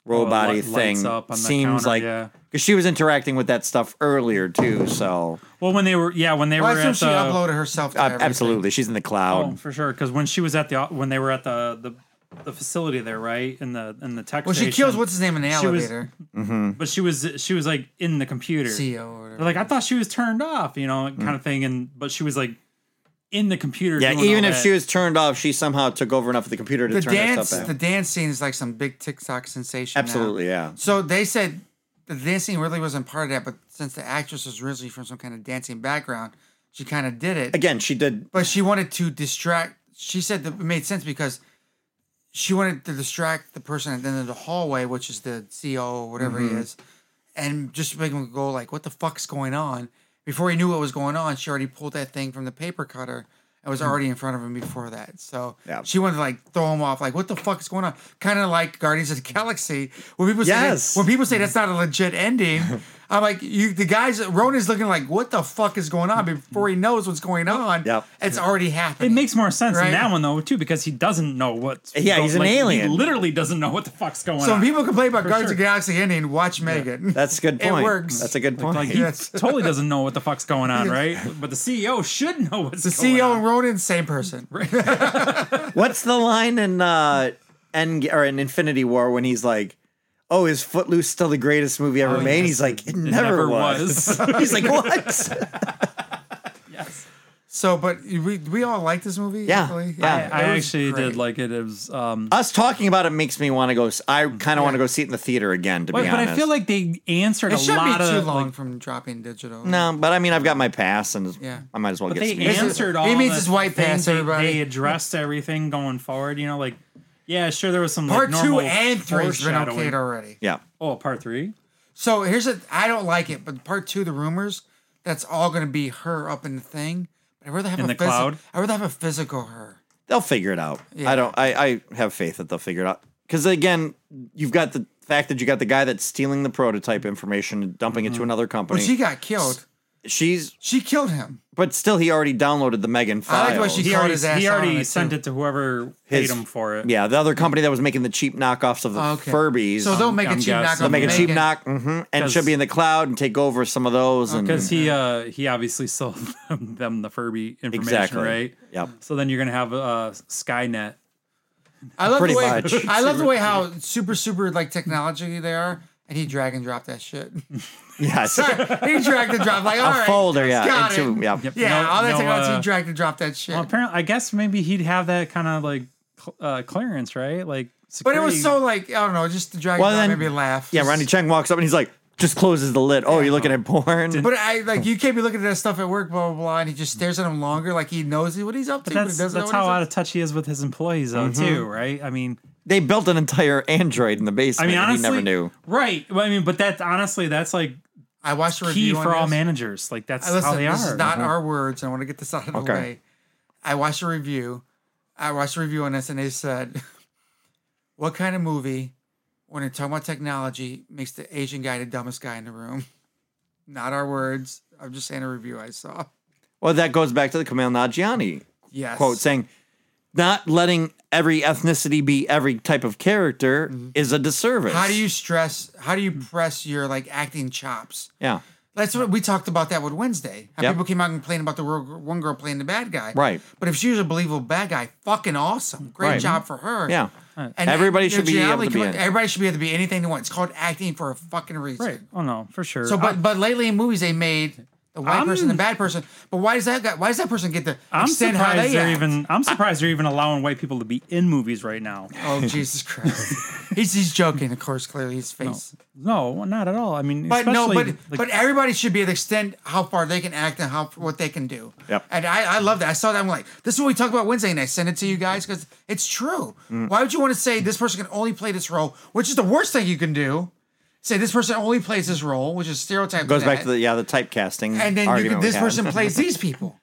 [SPEAKER 4] robot
[SPEAKER 5] light- Oh, lights
[SPEAKER 4] thing,
[SPEAKER 5] up on the
[SPEAKER 4] seems
[SPEAKER 5] counter,
[SPEAKER 4] like
[SPEAKER 5] yeah.
[SPEAKER 4] because she was interacting with that stuff earlier too, so.
[SPEAKER 5] Well, when they were yeah when they
[SPEAKER 3] Well, I
[SPEAKER 5] were
[SPEAKER 3] assume
[SPEAKER 5] at
[SPEAKER 3] she
[SPEAKER 5] the
[SPEAKER 3] uploaded herself. To
[SPEAKER 4] Uh,
[SPEAKER 3] everything.
[SPEAKER 4] absolutely, she's in the
[SPEAKER 5] Oh,
[SPEAKER 4] cloud.
[SPEAKER 5] for sure. Because when she was at the when they were at the the the facility there, right? In the in the tech.
[SPEAKER 3] Well, she
[SPEAKER 5] station.
[SPEAKER 3] kills what's his name in the
[SPEAKER 5] She was-
[SPEAKER 3] elevator.
[SPEAKER 5] but she was she was like in the computer.
[SPEAKER 3] CEO E or whatever.
[SPEAKER 5] They're like I thought she was turned off, you
[SPEAKER 3] Mm.
[SPEAKER 5] know, kind of thing. And but she was like in the computer.
[SPEAKER 4] Yeah,
[SPEAKER 5] doing
[SPEAKER 4] even
[SPEAKER 5] all
[SPEAKER 4] if
[SPEAKER 5] that.
[SPEAKER 4] she was turned off, she somehow took over enough of the computer to
[SPEAKER 3] the
[SPEAKER 4] turn
[SPEAKER 3] dance,
[SPEAKER 4] herself
[SPEAKER 3] the
[SPEAKER 4] back.
[SPEAKER 3] dance scene is like some big TikTok sensation. now.
[SPEAKER 4] Absolutely, yeah.
[SPEAKER 3] So they said the dancing really wasn't part of that, but since the actress was originally from some kind of dancing background, she kind of did it.
[SPEAKER 4] Again, she did.
[SPEAKER 3] But she wanted to distract. She said that it made sense because she wanted to distract the person at the end of the hallway, which is the CEO or whatever
[SPEAKER 4] Mm-hmm.
[SPEAKER 3] he is, and just make him go like, "What the fuck's going on?" Before he knew what was going on, she already pulled that thing from the paper cutter and was already in front of him before that. So
[SPEAKER 4] Mm-hmm. Yeah.
[SPEAKER 3] she wanted to like throw him off, like, "What the fuck is going on?" Kind of like Guardians of the Galaxy, when people
[SPEAKER 4] Yes. Mm-hmm.
[SPEAKER 3] say when people say that's not a legit ending. I'm like, you. The guys, Ronan's looking like, "What the fuck is going on?" Before he knows what's going on,
[SPEAKER 4] Mm-hmm. Yep.
[SPEAKER 3] it's already happened.
[SPEAKER 5] It makes more sense
[SPEAKER 3] Right.
[SPEAKER 5] in that one though too because he doesn't know what's
[SPEAKER 4] Yeah,
[SPEAKER 5] go-
[SPEAKER 4] he's an
[SPEAKER 5] like,
[SPEAKER 4] alien.
[SPEAKER 5] He literally doesn't know what the fuck's going
[SPEAKER 3] So
[SPEAKER 5] on.
[SPEAKER 3] when people complain about Guardians of the
[SPEAKER 5] sure.
[SPEAKER 3] Galaxy ending, watch Megan.
[SPEAKER 4] That's a good
[SPEAKER 3] <laughs> It
[SPEAKER 4] point.
[SPEAKER 3] works.
[SPEAKER 4] That's a good point.
[SPEAKER 5] like he
[SPEAKER 3] Yes. <laughs>
[SPEAKER 5] totally doesn't know what the fuck's going on, right? But the CEO should know what's
[SPEAKER 3] the E
[SPEAKER 5] going
[SPEAKER 3] CEO
[SPEAKER 5] on.
[SPEAKER 3] and Ronan, same person.
[SPEAKER 4] What's the line in uh End or in Infinity War when he's like, "Oh, is Footloose still the greatest movie ever made?"
[SPEAKER 5] yes.
[SPEAKER 4] He's like, "It never, was." <laughs> he's like, "What?"
[SPEAKER 5] yes.
[SPEAKER 3] So, but we we all like this movie.
[SPEAKER 4] Yeah.
[SPEAKER 3] actually?
[SPEAKER 4] Yeah. It
[SPEAKER 5] I,
[SPEAKER 3] It
[SPEAKER 5] I
[SPEAKER 3] was
[SPEAKER 5] actually
[SPEAKER 3] great.
[SPEAKER 5] did like it. It was um,
[SPEAKER 4] Us talking about it makes me want to go. s- I kind of want to go see it in the theater again, to
[SPEAKER 5] But,
[SPEAKER 4] be
[SPEAKER 5] but
[SPEAKER 4] honest.
[SPEAKER 5] I feel like they answered
[SPEAKER 3] It
[SPEAKER 5] a
[SPEAKER 3] shouldn't
[SPEAKER 5] lot
[SPEAKER 3] be too
[SPEAKER 5] of.
[SPEAKER 3] long
[SPEAKER 5] Like,
[SPEAKER 3] from dropping digital.
[SPEAKER 4] no, Um, but I mean, I've got my pass, and
[SPEAKER 3] Yeah.
[SPEAKER 4] I might as well
[SPEAKER 5] but
[SPEAKER 4] get
[SPEAKER 5] they
[SPEAKER 4] some.
[SPEAKER 5] answered all.
[SPEAKER 3] He means
[SPEAKER 5] the
[SPEAKER 3] it's white
[SPEAKER 5] things.
[SPEAKER 3] pants,
[SPEAKER 5] They-
[SPEAKER 3] everybody.
[SPEAKER 5] They addressed everything going forward. You know, like yeah, sure there was some
[SPEAKER 3] Part
[SPEAKER 5] like,
[SPEAKER 3] two
[SPEAKER 5] normal
[SPEAKER 3] and three has been
[SPEAKER 5] foreshadowing.
[SPEAKER 3] okayed already.
[SPEAKER 4] yeah,
[SPEAKER 5] Oh, part three.
[SPEAKER 3] So here's a I don't like it, but part two, the rumors, that's all going to be her up in the thing. But I rather have
[SPEAKER 5] In
[SPEAKER 3] a
[SPEAKER 5] the
[SPEAKER 3] physi-
[SPEAKER 5] cloud?
[SPEAKER 3] I rather have a physical her.
[SPEAKER 4] they'll figure it out.
[SPEAKER 3] Yeah.
[SPEAKER 4] I don't. I, I have faith that they'll figure it out. Because again, you've got the fact that you got the guy that's stealing the prototype information and dumping it to another company.
[SPEAKER 3] But Mm-hmm. she got killed.
[SPEAKER 4] She's,
[SPEAKER 3] She killed him.
[SPEAKER 4] but still, he already downloaded the Megan file.
[SPEAKER 3] I like the way she
[SPEAKER 5] He
[SPEAKER 3] caught
[SPEAKER 5] already,
[SPEAKER 3] his ass
[SPEAKER 5] he
[SPEAKER 3] out
[SPEAKER 5] already
[SPEAKER 3] on it,
[SPEAKER 5] sent
[SPEAKER 3] too.
[SPEAKER 5] it to whoever
[SPEAKER 4] His-
[SPEAKER 5] paid him for it.
[SPEAKER 4] Yeah, the other company that was making the cheap knockoffs of the
[SPEAKER 3] Oh, Okay.
[SPEAKER 4] Furbies.
[SPEAKER 3] So they'll
[SPEAKER 4] um,
[SPEAKER 3] make a
[SPEAKER 5] I'm
[SPEAKER 3] cheap
[SPEAKER 5] guessing.
[SPEAKER 3] knock.
[SPEAKER 5] They'll
[SPEAKER 4] make a cheap knock, hmm and it should
[SPEAKER 5] 'Cause-
[SPEAKER 4] be in the cloud and take over some of
[SPEAKER 3] Oh,
[SPEAKER 4] those. And
[SPEAKER 5] Because he uh he obviously <laughs> sold them, them the Furby information,
[SPEAKER 4] Mm-hmm. Exactly.
[SPEAKER 5] right?
[SPEAKER 4] Yep.
[SPEAKER 5] So then you're gonna have uh Skynet.
[SPEAKER 3] I love
[SPEAKER 4] Pretty
[SPEAKER 3] the way,
[SPEAKER 4] much.
[SPEAKER 3] I love the way how super super like technology they are, and he drag and drop that shit.
[SPEAKER 4] <laughs>
[SPEAKER 3] <laughs>
[SPEAKER 4] yes,
[SPEAKER 3] he drag and drop like all
[SPEAKER 4] a
[SPEAKER 3] right,
[SPEAKER 4] folder. Yeah,
[SPEAKER 3] got
[SPEAKER 4] into-
[SPEAKER 3] it.
[SPEAKER 4] yeah.
[SPEAKER 3] Yeah,
[SPEAKER 5] No-
[SPEAKER 3] all that
[SPEAKER 5] no,
[SPEAKER 3] technology,
[SPEAKER 5] uh,
[SPEAKER 3] he drag and drop that shit.
[SPEAKER 5] Well, apparently, I guess maybe he'd have that kind of like cl- uh, clearance, right? Like,
[SPEAKER 3] but it
[SPEAKER 5] security.
[SPEAKER 3] was so like I don't know, just the drag
[SPEAKER 4] Well,
[SPEAKER 3] and drop
[SPEAKER 4] then-
[SPEAKER 3] made me laugh.
[SPEAKER 4] Yeah,
[SPEAKER 3] Just-
[SPEAKER 4] Ronnie Cheng walks up and he's like, just closes the lid. Oh, you're looking at
[SPEAKER 3] <laughs>
[SPEAKER 4] porn.
[SPEAKER 3] But I like you can't be looking at that stuff at work, blah blah blah, and he just stares at him longer, like he knows what he's up Mm-hmm. to, but,
[SPEAKER 5] that's
[SPEAKER 3] he doesn't
[SPEAKER 5] that's
[SPEAKER 3] know
[SPEAKER 5] how
[SPEAKER 3] what
[SPEAKER 5] out
[SPEAKER 3] he's
[SPEAKER 5] of touch he is with his employees, though, too, right? I mean,
[SPEAKER 4] they built an entire android in the
[SPEAKER 5] I
[SPEAKER 4] basement.
[SPEAKER 5] mean,
[SPEAKER 4] and
[SPEAKER 5] honestly,
[SPEAKER 4] he never knew.
[SPEAKER 5] right? Well, I mean, but that's honestly that's like
[SPEAKER 3] up to. I watched a
[SPEAKER 5] key
[SPEAKER 3] review on
[SPEAKER 5] for all
[SPEAKER 3] this.
[SPEAKER 5] managers. Like that's
[SPEAKER 3] I Uh, listen,
[SPEAKER 5] how they
[SPEAKER 3] this
[SPEAKER 5] are.
[SPEAKER 3] is not our words. I want to get this out of the
[SPEAKER 4] Okay.
[SPEAKER 3] way. I watched a review. I watched a review on this, and they said, <laughs> "What kind of movie, when they're talking about technology, makes the Asian guy the dumbest guy in the room?" <laughs> Not our words. I'm just saying a review I saw.
[SPEAKER 4] Well, that goes back to the Kamal Nagiani
[SPEAKER 3] Yes.
[SPEAKER 4] quote saying, not letting every ethnicity be every type of character is a disservice.
[SPEAKER 3] How do you stress? How do you press your like acting chops?
[SPEAKER 4] Yeah.
[SPEAKER 3] That's what we talked about that with Wednesday. How
[SPEAKER 4] Yep.
[SPEAKER 3] people came out and complained about the world, one girl playing the bad guy.
[SPEAKER 4] Right.
[SPEAKER 3] But if she was a believable bad guy, fucking awesome. Great
[SPEAKER 4] Right.
[SPEAKER 3] job for her.
[SPEAKER 4] Yeah.
[SPEAKER 3] And
[SPEAKER 4] Everybody should be able
[SPEAKER 3] originality
[SPEAKER 4] to be
[SPEAKER 3] comes-
[SPEAKER 4] in it.
[SPEAKER 3] Everybody should be able to be anything they want. It's called acting for a fucking reason.
[SPEAKER 5] right? Oh no, for sure.
[SPEAKER 3] So, but but lately in movies they made the white
[SPEAKER 5] I'm-
[SPEAKER 3] person the bad person. But why does that guy? Why does that person get to
[SPEAKER 5] I, am
[SPEAKER 3] extend how
[SPEAKER 5] surprised
[SPEAKER 3] they
[SPEAKER 5] they're
[SPEAKER 3] act?
[SPEAKER 5] even. I'm surprised they're even allowing white people to be in movies right now.
[SPEAKER 3] Oh Jesus
[SPEAKER 5] <laughs>
[SPEAKER 3] Christ! he's he's joking, of course. Clearly, his face.
[SPEAKER 5] No, not at all. I mean,
[SPEAKER 3] But no,
[SPEAKER 5] especially,
[SPEAKER 3] but
[SPEAKER 5] like,
[SPEAKER 3] but everybody should be able to extend how far they can act and how what they can do.
[SPEAKER 4] Yep.
[SPEAKER 3] And I, I love that. I saw that. I'm like, this is what we talked about Wednesday, and I sent it to you guys because it's true.
[SPEAKER 4] Mm.
[SPEAKER 3] Why would you want to say this person can only play this role, which is the worst thing you can do? Say this person only plays this role, which is stereotype.
[SPEAKER 4] Goes
[SPEAKER 3] that,
[SPEAKER 4] back to the yeah the typecasting.
[SPEAKER 3] and then you
[SPEAKER 4] argument
[SPEAKER 3] can,
[SPEAKER 4] we
[SPEAKER 3] this
[SPEAKER 4] had. <laughs>
[SPEAKER 3] person plays these people.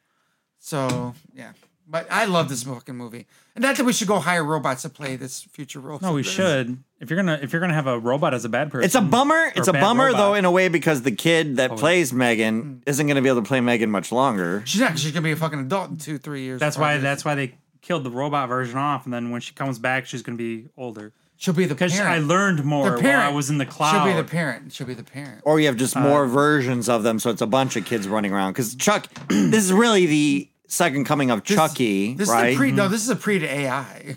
[SPEAKER 3] So yeah, but I love this fucking movie, and not that we should go hire robots to play this future role.
[SPEAKER 5] no, we should. If you're gonna if you're gonna have a robot as a bad person,
[SPEAKER 4] It's a bummer. It's a
[SPEAKER 5] bad
[SPEAKER 4] bummer
[SPEAKER 5] robot.
[SPEAKER 4] though in a way because the kid that plays Megan isn't going to be able to play Megan much longer.
[SPEAKER 3] She's not. She's gonna be a fucking adult in two, three years.
[SPEAKER 5] That's why.
[SPEAKER 3] probably.
[SPEAKER 5] That's why they killed the robot version off, and then when she comes back, she's gonna be older.
[SPEAKER 3] she'll be the
[SPEAKER 5] Because
[SPEAKER 3] parent.
[SPEAKER 5] I learned
[SPEAKER 3] The
[SPEAKER 5] more while I was in the cloud.
[SPEAKER 3] She'll be the parent. She'll be the parent.
[SPEAKER 4] Or you have
[SPEAKER 3] Uh.
[SPEAKER 4] just more versions of them, so it's a bunch of kids running around. Because Chuck, <clears throat> this is really the second coming of Chucky,
[SPEAKER 3] This
[SPEAKER 5] Mm-hmm.
[SPEAKER 4] right?
[SPEAKER 3] is a pre. No, this is a pre to AI.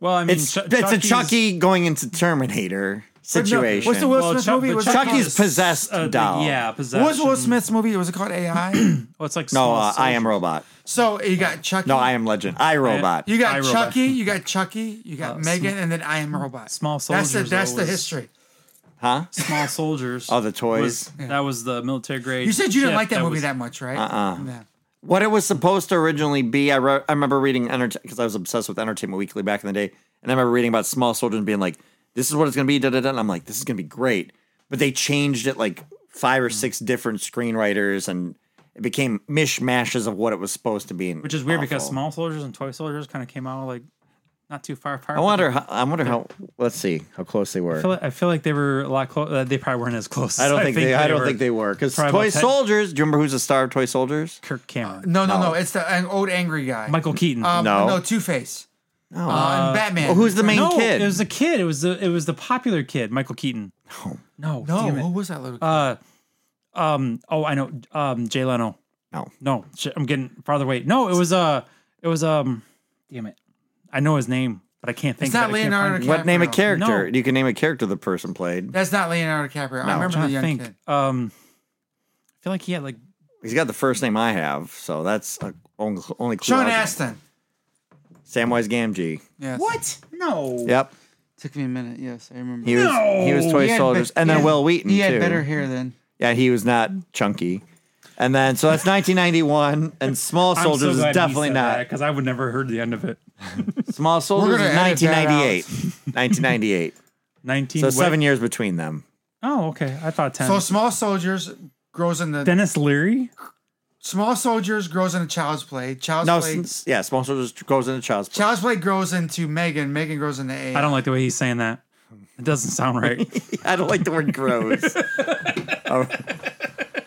[SPEAKER 5] Well, I mean,
[SPEAKER 4] It's
[SPEAKER 5] Chu-
[SPEAKER 4] it's a
[SPEAKER 3] E
[SPEAKER 5] Chucky's-
[SPEAKER 4] Chucky going into Terminator situation.
[SPEAKER 3] What's the Will
[SPEAKER 5] Well,
[SPEAKER 3] Smith
[SPEAKER 5] Chuck-
[SPEAKER 3] movie?
[SPEAKER 5] the
[SPEAKER 3] Was
[SPEAKER 5] Chuck
[SPEAKER 3] that
[SPEAKER 4] Chucky's
[SPEAKER 5] is,
[SPEAKER 3] called-
[SPEAKER 4] possessed
[SPEAKER 5] uh, the-
[SPEAKER 4] doll.
[SPEAKER 5] Yeah, possessed.
[SPEAKER 3] What was Will Smith's movie? Was it called AI?
[SPEAKER 5] <clears throat> Oh, it's like
[SPEAKER 4] No,
[SPEAKER 5] small
[SPEAKER 4] uh, I
[SPEAKER 5] soldier.
[SPEAKER 4] am Robot.
[SPEAKER 3] so you got Chucky.
[SPEAKER 4] No, I am Legend. I Robot.
[SPEAKER 3] You got
[SPEAKER 5] I, Robot.
[SPEAKER 3] Chucky. You got Chucky. You got
[SPEAKER 5] Uh,
[SPEAKER 3] Megan, and then I am Robot.
[SPEAKER 5] Small
[SPEAKER 3] That's the
[SPEAKER 5] Soldiers
[SPEAKER 3] that's the
[SPEAKER 5] always-
[SPEAKER 3] history.
[SPEAKER 4] huh?
[SPEAKER 5] Small soldiers.
[SPEAKER 4] Oh, the toys.
[SPEAKER 5] was- That was the military grade.
[SPEAKER 3] You said you didn't
[SPEAKER 5] ship
[SPEAKER 3] like that, movie
[SPEAKER 5] was-
[SPEAKER 3] that much, right? Uh-uh. No.
[SPEAKER 4] What it was supposed to originally be, I, re- I remember reading because I was obsessed with Entertainment Weekly back in the day, and I remember reading about Small Soldiers and being like, "This is what it's going to be." Da da da. And I'm like, "This is going to be great," but they changed it like five
[SPEAKER 3] Hmm.
[SPEAKER 4] or six different screenwriters, and it became mishmashes of what it was supposed to be. and
[SPEAKER 5] which is weird because
[SPEAKER 4] awful.
[SPEAKER 5] small soldiers and toy soldiers kind of came out like not too far apart.
[SPEAKER 4] I wonder. How, I wonder how. Let's see how close they were.
[SPEAKER 5] I feel, like, I feel like they were a lot close. Uh, they probably weren't as close.
[SPEAKER 4] I don't think, they, I don't
[SPEAKER 5] were.
[SPEAKER 4] think they were because
[SPEAKER 5] Probably
[SPEAKER 4] Toy
[SPEAKER 5] about ten-
[SPEAKER 4] Soldiers. Do you remember who's the star of Toy Soldiers?
[SPEAKER 5] Kirk Cameron,
[SPEAKER 3] No, no, no, It's the an old angry guy.
[SPEAKER 5] Michael Keaton.
[SPEAKER 3] Um,
[SPEAKER 4] No.
[SPEAKER 3] no, Two Face. No, uh, and Batman.
[SPEAKER 4] Oh, who's the main
[SPEAKER 5] no,
[SPEAKER 4] kid?
[SPEAKER 5] it was the kid. It was the it was the popular kid, Michael Keaton. No,
[SPEAKER 3] No,
[SPEAKER 5] no, damn
[SPEAKER 3] who
[SPEAKER 5] it.
[SPEAKER 3] was that little?
[SPEAKER 5] Uh, um, oh, I know. Um, Jay Leno.
[SPEAKER 4] no.
[SPEAKER 5] No, shit, I'm getting farther away. No, it was uh, it was um, damn it. I know his name, but I can't think.
[SPEAKER 3] It's not
[SPEAKER 5] of it. I can't
[SPEAKER 3] Leonardo
[SPEAKER 5] find it.
[SPEAKER 3] DiCaprio.
[SPEAKER 4] What name a character?
[SPEAKER 5] No.
[SPEAKER 4] You can name a character the person played.
[SPEAKER 3] That's not Leonardo DiCaprio. I
[SPEAKER 4] No.
[SPEAKER 5] I'm
[SPEAKER 3] remember
[SPEAKER 5] trying
[SPEAKER 3] the
[SPEAKER 5] to
[SPEAKER 3] young
[SPEAKER 5] think.
[SPEAKER 3] kid.
[SPEAKER 5] Um, I feel like he had like
[SPEAKER 4] He's got the first name I have, so that's a, only only clue.
[SPEAKER 3] Sean
[SPEAKER 4] I can-
[SPEAKER 3] Astin.
[SPEAKER 4] Samwise Gamgee.
[SPEAKER 3] Yes.
[SPEAKER 5] what? No.
[SPEAKER 4] Yep,
[SPEAKER 6] Took me a minute. Yes, I remember.
[SPEAKER 4] he was he was Toy
[SPEAKER 6] He had
[SPEAKER 4] Soldiers,
[SPEAKER 6] bet-
[SPEAKER 4] and
[SPEAKER 6] he
[SPEAKER 4] then
[SPEAKER 6] had-
[SPEAKER 4] Will Wheaton
[SPEAKER 6] He had
[SPEAKER 4] too.
[SPEAKER 6] better hair then.
[SPEAKER 4] Yeah, he was not chunky. And then so that's 1991, and Small Soldiers is definitely not.
[SPEAKER 5] because I would never heard the end of it.
[SPEAKER 4] Small Soldiers
[SPEAKER 3] gonna
[SPEAKER 4] is
[SPEAKER 3] edit that
[SPEAKER 4] 1998. 1998.
[SPEAKER 5] Nineteen.
[SPEAKER 4] So
[SPEAKER 5] what-
[SPEAKER 4] seven years between them.
[SPEAKER 5] Oh, okay. I
[SPEAKER 6] uh,
[SPEAKER 5] thought ten.
[SPEAKER 3] So Small Soldiers grows in the
[SPEAKER 5] Dennis Leary.
[SPEAKER 3] Small Soldiers grows into Child's Play. Child's
[SPEAKER 4] No,
[SPEAKER 3] Play.
[SPEAKER 4] s- yeah, Small Soldiers goes into Child's Play.
[SPEAKER 3] Child's Play grows into Megan. Megan grows into A.
[SPEAKER 5] I don't like the way he's saying that. It doesn't
[SPEAKER 3] <laughs>
[SPEAKER 5] sound right.
[SPEAKER 4] I don't like the word <laughs> grows. All right.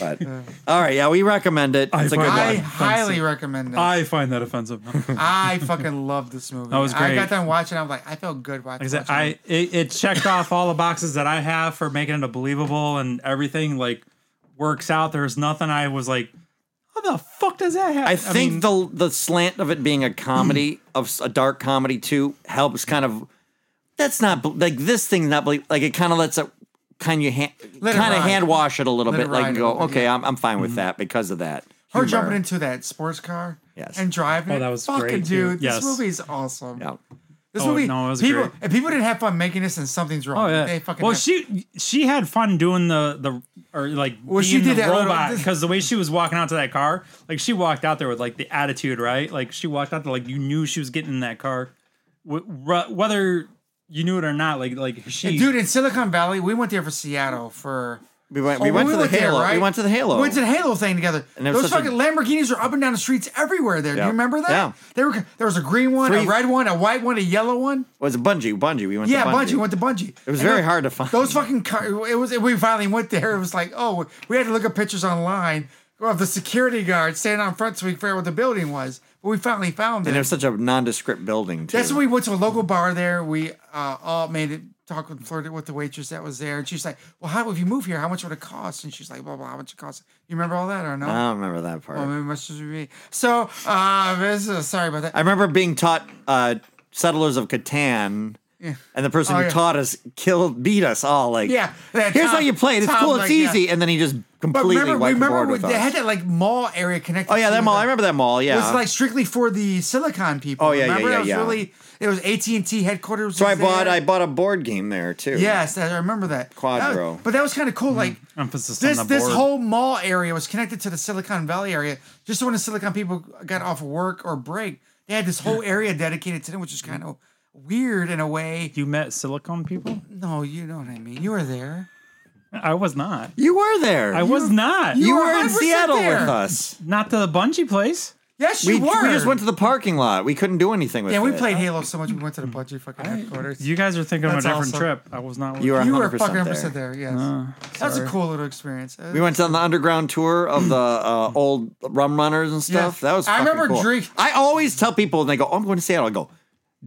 [SPEAKER 4] But all right, yeah, we recommend it.
[SPEAKER 5] I
[SPEAKER 4] It's a good
[SPEAKER 5] find-
[SPEAKER 3] I
[SPEAKER 4] one.
[SPEAKER 3] highly recommend this. I,
[SPEAKER 5] I find that offensive. Like <laughs>
[SPEAKER 3] fucking love this movie.
[SPEAKER 5] That was
[SPEAKER 3] I
[SPEAKER 5] great.
[SPEAKER 3] got done watching. I'm like, I felt good watching.
[SPEAKER 5] I said,
[SPEAKER 3] watching
[SPEAKER 5] I
[SPEAKER 3] it.
[SPEAKER 5] it, it checked off all the boxes that I have for making it a believable and everything like works out. There's nothing I was like, how the fuck does that happen?
[SPEAKER 4] I think the the slant of it being a comedy of s- a dark comedy too helps kind of. That's not bel- like this thing's not bel- like it kind of lets it kind of hand
[SPEAKER 3] Let it
[SPEAKER 4] kind of
[SPEAKER 3] ride.
[SPEAKER 4] hand wash it a little
[SPEAKER 3] Let it
[SPEAKER 4] bit, like
[SPEAKER 3] ride
[SPEAKER 4] and
[SPEAKER 3] a
[SPEAKER 4] go
[SPEAKER 3] little bit,
[SPEAKER 4] okay,
[SPEAKER 3] yeah.
[SPEAKER 4] I'm I'm fine with that because of that.
[SPEAKER 3] her
[SPEAKER 4] humor.
[SPEAKER 3] jumping into that sports car
[SPEAKER 4] Yes.
[SPEAKER 3] and driving.
[SPEAKER 5] Oh,
[SPEAKER 3] it.
[SPEAKER 5] that was
[SPEAKER 3] fucking
[SPEAKER 5] great, too.
[SPEAKER 3] dude.
[SPEAKER 5] Yes.
[SPEAKER 3] This movie is awesome.
[SPEAKER 4] Yeah.
[SPEAKER 3] This
[SPEAKER 5] Oh,
[SPEAKER 3] movie.
[SPEAKER 5] no, it was
[SPEAKER 3] people,
[SPEAKER 5] great.
[SPEAKER 3] If people didn't have fun making this, then something's wrong.
[SPEAKER 5] Oh yeah.
[SPEAKER 3] They fucking.
[SPEAKER 5] well,
[SPEAKER 3] have-
[SPEAKER 5] she she had fun doing the the or like
[SPEAKER 3] Well, she
[SPEAKER 5] being
[SPEAKER 3] did
[SPEAKER 5] the
[SPEAKER 3] that little-
[SPEAKER 5] robot because the way she was walking out to that car, like she walked out there with like the attitude, right? Like she walked out there like you knew she was getting in that car, Wh- wh- whether you knew it or not. Like like she
[SPEAKER 3] dude in Silicon Valley. We went there for Seattle for.
[SPEAKER 4] We went,
[SPEAKER 3] Oh,
[SPEAKER 4] we went to the
[SPEAKER 3] there,
[SPEAKER 4] Halo.
[SPEAKER 3] right?
[SPEAKER 4] We went to the Halo.
[SPEAKER 3] We went to the Halo thing together.
[SPEAKER 4] And there was
[SPEAKER 3] Those
[SPEAKER 4] such a-
[SPEAKER 3] fucking Lamborghinis were up and down the streets everywhere. There, do
[SPEAKER 4] Yeah.
[SPEAKER 3] you remember that?
[SPEAKER 4] Yeah.
[SPEAKER 3] They were. There was a green one,
[SPEAKER 4] Three-
[SPEAKER 3] a red one, a white one, a yellow one.
[SPEAKER 4] was it Bungie? Bungie. We went
[SPEAKER 3] Yeah,
[SPEAKER 4] to Bungie.
[SPEAKER 3] Bungie. Went to Bungie.
[SPEAKER 4] It was very hard to find.
[SPEAKER 3] Those fucking car, it was. We finally went there. It was like, oh, we had to look at pictures online of the security guard standing on front so we could figure out what the building was. But we finally found
[SPEAKER 4] and it
[SPEAKER 3] it.
[SPEAKER 4] was such a nondescript building too.
[SPEAKER 3] That's when we went to a local bar there. We uh, all made it talk and flirted with the waitress that was there, and she's like, "Well, how if you move here, how much would it cost?" And she's like, "Blah blah, how much it cost?" You remember all that or no?
[SPEAKER 4] I don't remember that part.
[SPEAKER 3] Well, maybe much as me. So, uh, this is- sorry about that.
[SPEAKER 4] I remember being taught uh, Settlers of Catan, and the person
[SPEAKER 3] Oh,
[SPEAKER 4] who
[SPEAKER 3] yeah.
[SPEAKER 4] taught us killed, beat us all. Like,
[SPEAKER 3] Yeah, that
[SPEAKER 4] here's
[SPEAKER 3] Tom-
[SPEAKER 4] how you play it. It's
[SPEAKER 3] Tom,
[SPEAKER 4] cool. It's
[SPEAKER 3] like, yeah.
[SPEAKER 4] easy. And then he just
[SPEAKER 3] But
[SPEAKER 4] completely
[SPEAKER 3] remember,
[SPEAKER 4] wiped the
[SPEAKER 3] remember
[SPEAKER 4] board
[SPEAKER 3] we-
[SPEAKER 4] with
[SPEAKER 3] they
[SPEAKER 4] us.
[SPEAKER 3] had that like mall area connected.
[SPEAKER 4] Oh yeah,
[SPEAKER 3] to
[SPEAKER 4] that mall.
[SPEAKER 3] the-
[SPEAKER 4] I remember that mall.
[SPEAKER 3] It
[SPEAKER 4] Yeah.
[SPEAKER 3] was like strictly for the Silicon people.
[SPEAKER 4] Oh, yeah, yeah,
[SPEAKER 3] remember?
[SPEAKER 4] yeah,
[SPEAKER 3] It was
[SPEAKER 4] yeah.
[SPEAKER 3] really it was AT and T headquarters.
[SPEAKER 4] so I
[SPEAKER 3] was
[SPEAKER 4] bought
[SPEAKER 3] there.
[SPEAKER 4] I bought a board game there too.
[SPEAKER 3] Yes, I remember that. That
[SPEAKER 4] Quadro.
[SPEAKER 3] was- but that was kind of cool.
[SPEAKER 4] Mm-hmm.
[SPEAKER 3] Like
[SPEAKER 5] emphasis
[SPEAKER 3] this
[SPEAKER 5] on the
[SPEAKER 3] this
[SPEAKER 5] board.
[SPEAKER 3] whole mall area was connected to the Silicon Valley area. Just so when the Silicon people got off work or break, they had this whole area dedicated to them, which is kind of weird in a way.
[SPEAKER 5] you met silicone people.
[SPEAKER 3] No, you know what I mean. You were there.
[SPEAKER 5] I was not.
[SPEAKER 4] You were there.
[SPEAKER 5] I was not.
[SPEAKER 4] you
[SPEAKER 3] you
[SPEAKER 4] were
[SPEAKER 3] were
[SPEAKER 4] in
[SPEAKER 3] 100%
[SPEAKER 4] Seattle
[SPEAKER 3] there.
[SPEAKER 4] with us.
[SPEAKER 5] not to the bungee place.
[SPEAKER 3] Yes,
[SPEAKER 4] We,
[SPEAKER 3] you were.
[SPEAKER 4] we just went to the parking lot. We couldn't do anything with
[SPEAKER 3] Yeah, we
[SPEAKER 4] it. <laughs>
[SPEAKER 3] played Halo so much we went to the Bungie fucking headquarters.
[SPEAKER 5] You guys are thinking
[SPEAKER 3] That's
[SPEAKER 5] of a different
[SPEAKER 3] awesome.
[SPEAKER 5] trip. I was not.
[SPEAKER 4] You were
[SPEAKER 3] You
[SPEAKER 4] 100%
[SPEAKER 3] were fucking
[SPEAKER 4] there. Uh,
[SPEAKER 3] percent there. Yes, that's a cool little experience. Uh,
[SPEAKER 4] We went on the underground tour
[SPEAKER 3] <clears throat>
[SPEAKER 4] of the uh, old rum runners and stuff.
[SPEAKER 3] Yeah.
[SPEAKER 4] That was.
[SPEAKER 3] I
[SPEAKER 4] fucking
[SPEAKER 3] remember
[SPEAKER 4] cool.
[SPEAKER 3] drink-
[SPEAKER 4] I always tell people, and they go, oh, "I'm going to Seattle." I go,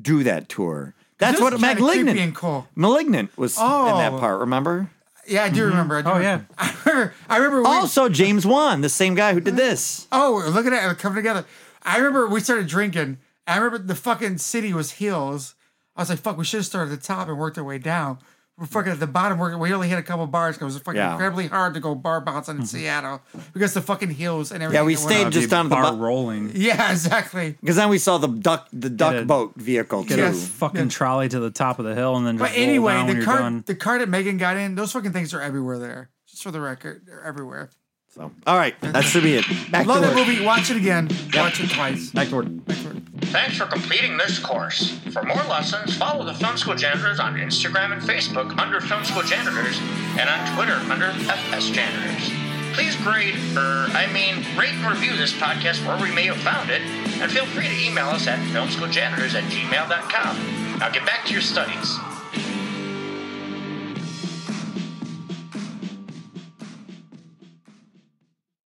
[SPEAKER 4] "Do that tour." That's
[SPEAKER 3] This
[SPEAKER 4] what
[SPEAKER 3] is kinda
[SPEAKER 4] malignant.
[SPEAKER 3] creepy and cool.
[SPEAKER 4] Malignant was in that
[SPEAKER 3] Oh.
[SPEAKER 4] part. Remember?
[SPEAKER 3] Yeah, I do remember. I do
[SPEAKER 5] Oh,
[SPEAKER 3] remember. <laughs> I remember. I remember. We,
[SPEAKER 4] Mm-hmm. Also, James Wan, the same guy who did this.
[SPEAKER 3] oh, look at that coming together. I remember we started drinking. I remember the fucking city was hills. I was like, fuck, we should have started at the top and worked our way down. We're fucking at the bottom. Working, we only hit a couple bars because it was fucking
[SPEAKER 4] Yeah.
[SPEAKER 3] incredibly hard to go bar bouncing
[SPEAKER 5] Mm-hmm.
[SPEAKER 3] in Seattle because the fucking hills and everything.
[SPEAKER 4] Yeah, we
[SPEAKER 3] that went
[SPEAKER 4] stayed
[SPEAKER 3] up.
[SPEAKER 4] just down at the
[SPEAKER 5] bar
[SPEAKER 4] bo-
[SPEAKER 5] rolling.
[SPEAKER 3] Yeah, exactly.
[SPEAKER 4] because then we saw the duck the duck
[SPEAKER 5] Get a-
[SPEAKER 4] boat vehicle too.
[SPEAKER 5] Get a fucking trolley to the top of the hill and then. Just
[SPEAKER 3] But
[SPEAKER 5] roll
[SPEAKER 3] anyway,
[SPEAKER 5] down when
[SPEAKER 3] the
[SPEAKER 5] you're
[SPEAKER 3] car,
[SPEAKER 5] done.
[SPEAKER 3] the car that Megan got in, those fucking things are everywhere there. Just for the record, they're everywhere.
[SPEAKER 4] So, all right, that should be it. Back
[SPEAKER 3] Love
[SPEAKER 4] to
[SPEAKER 3] that
[SPEAKER 4] work.
[SPEAKER 3] movie. Watch it again. Watch it twice.
[SPEAKER 4] Back to work.
[SPEAKER 1] Thanks for completing this course. For more lessons, follow the Film School Janitors on Instagram and Facebook under Film School Janitors and on Twitter under FS Janitors. Please grade, er, I mean, rate and review this podcast wherever you may have found it, and feel free to email us at filmschooljanitors at gmail.com. Now get back to your studies.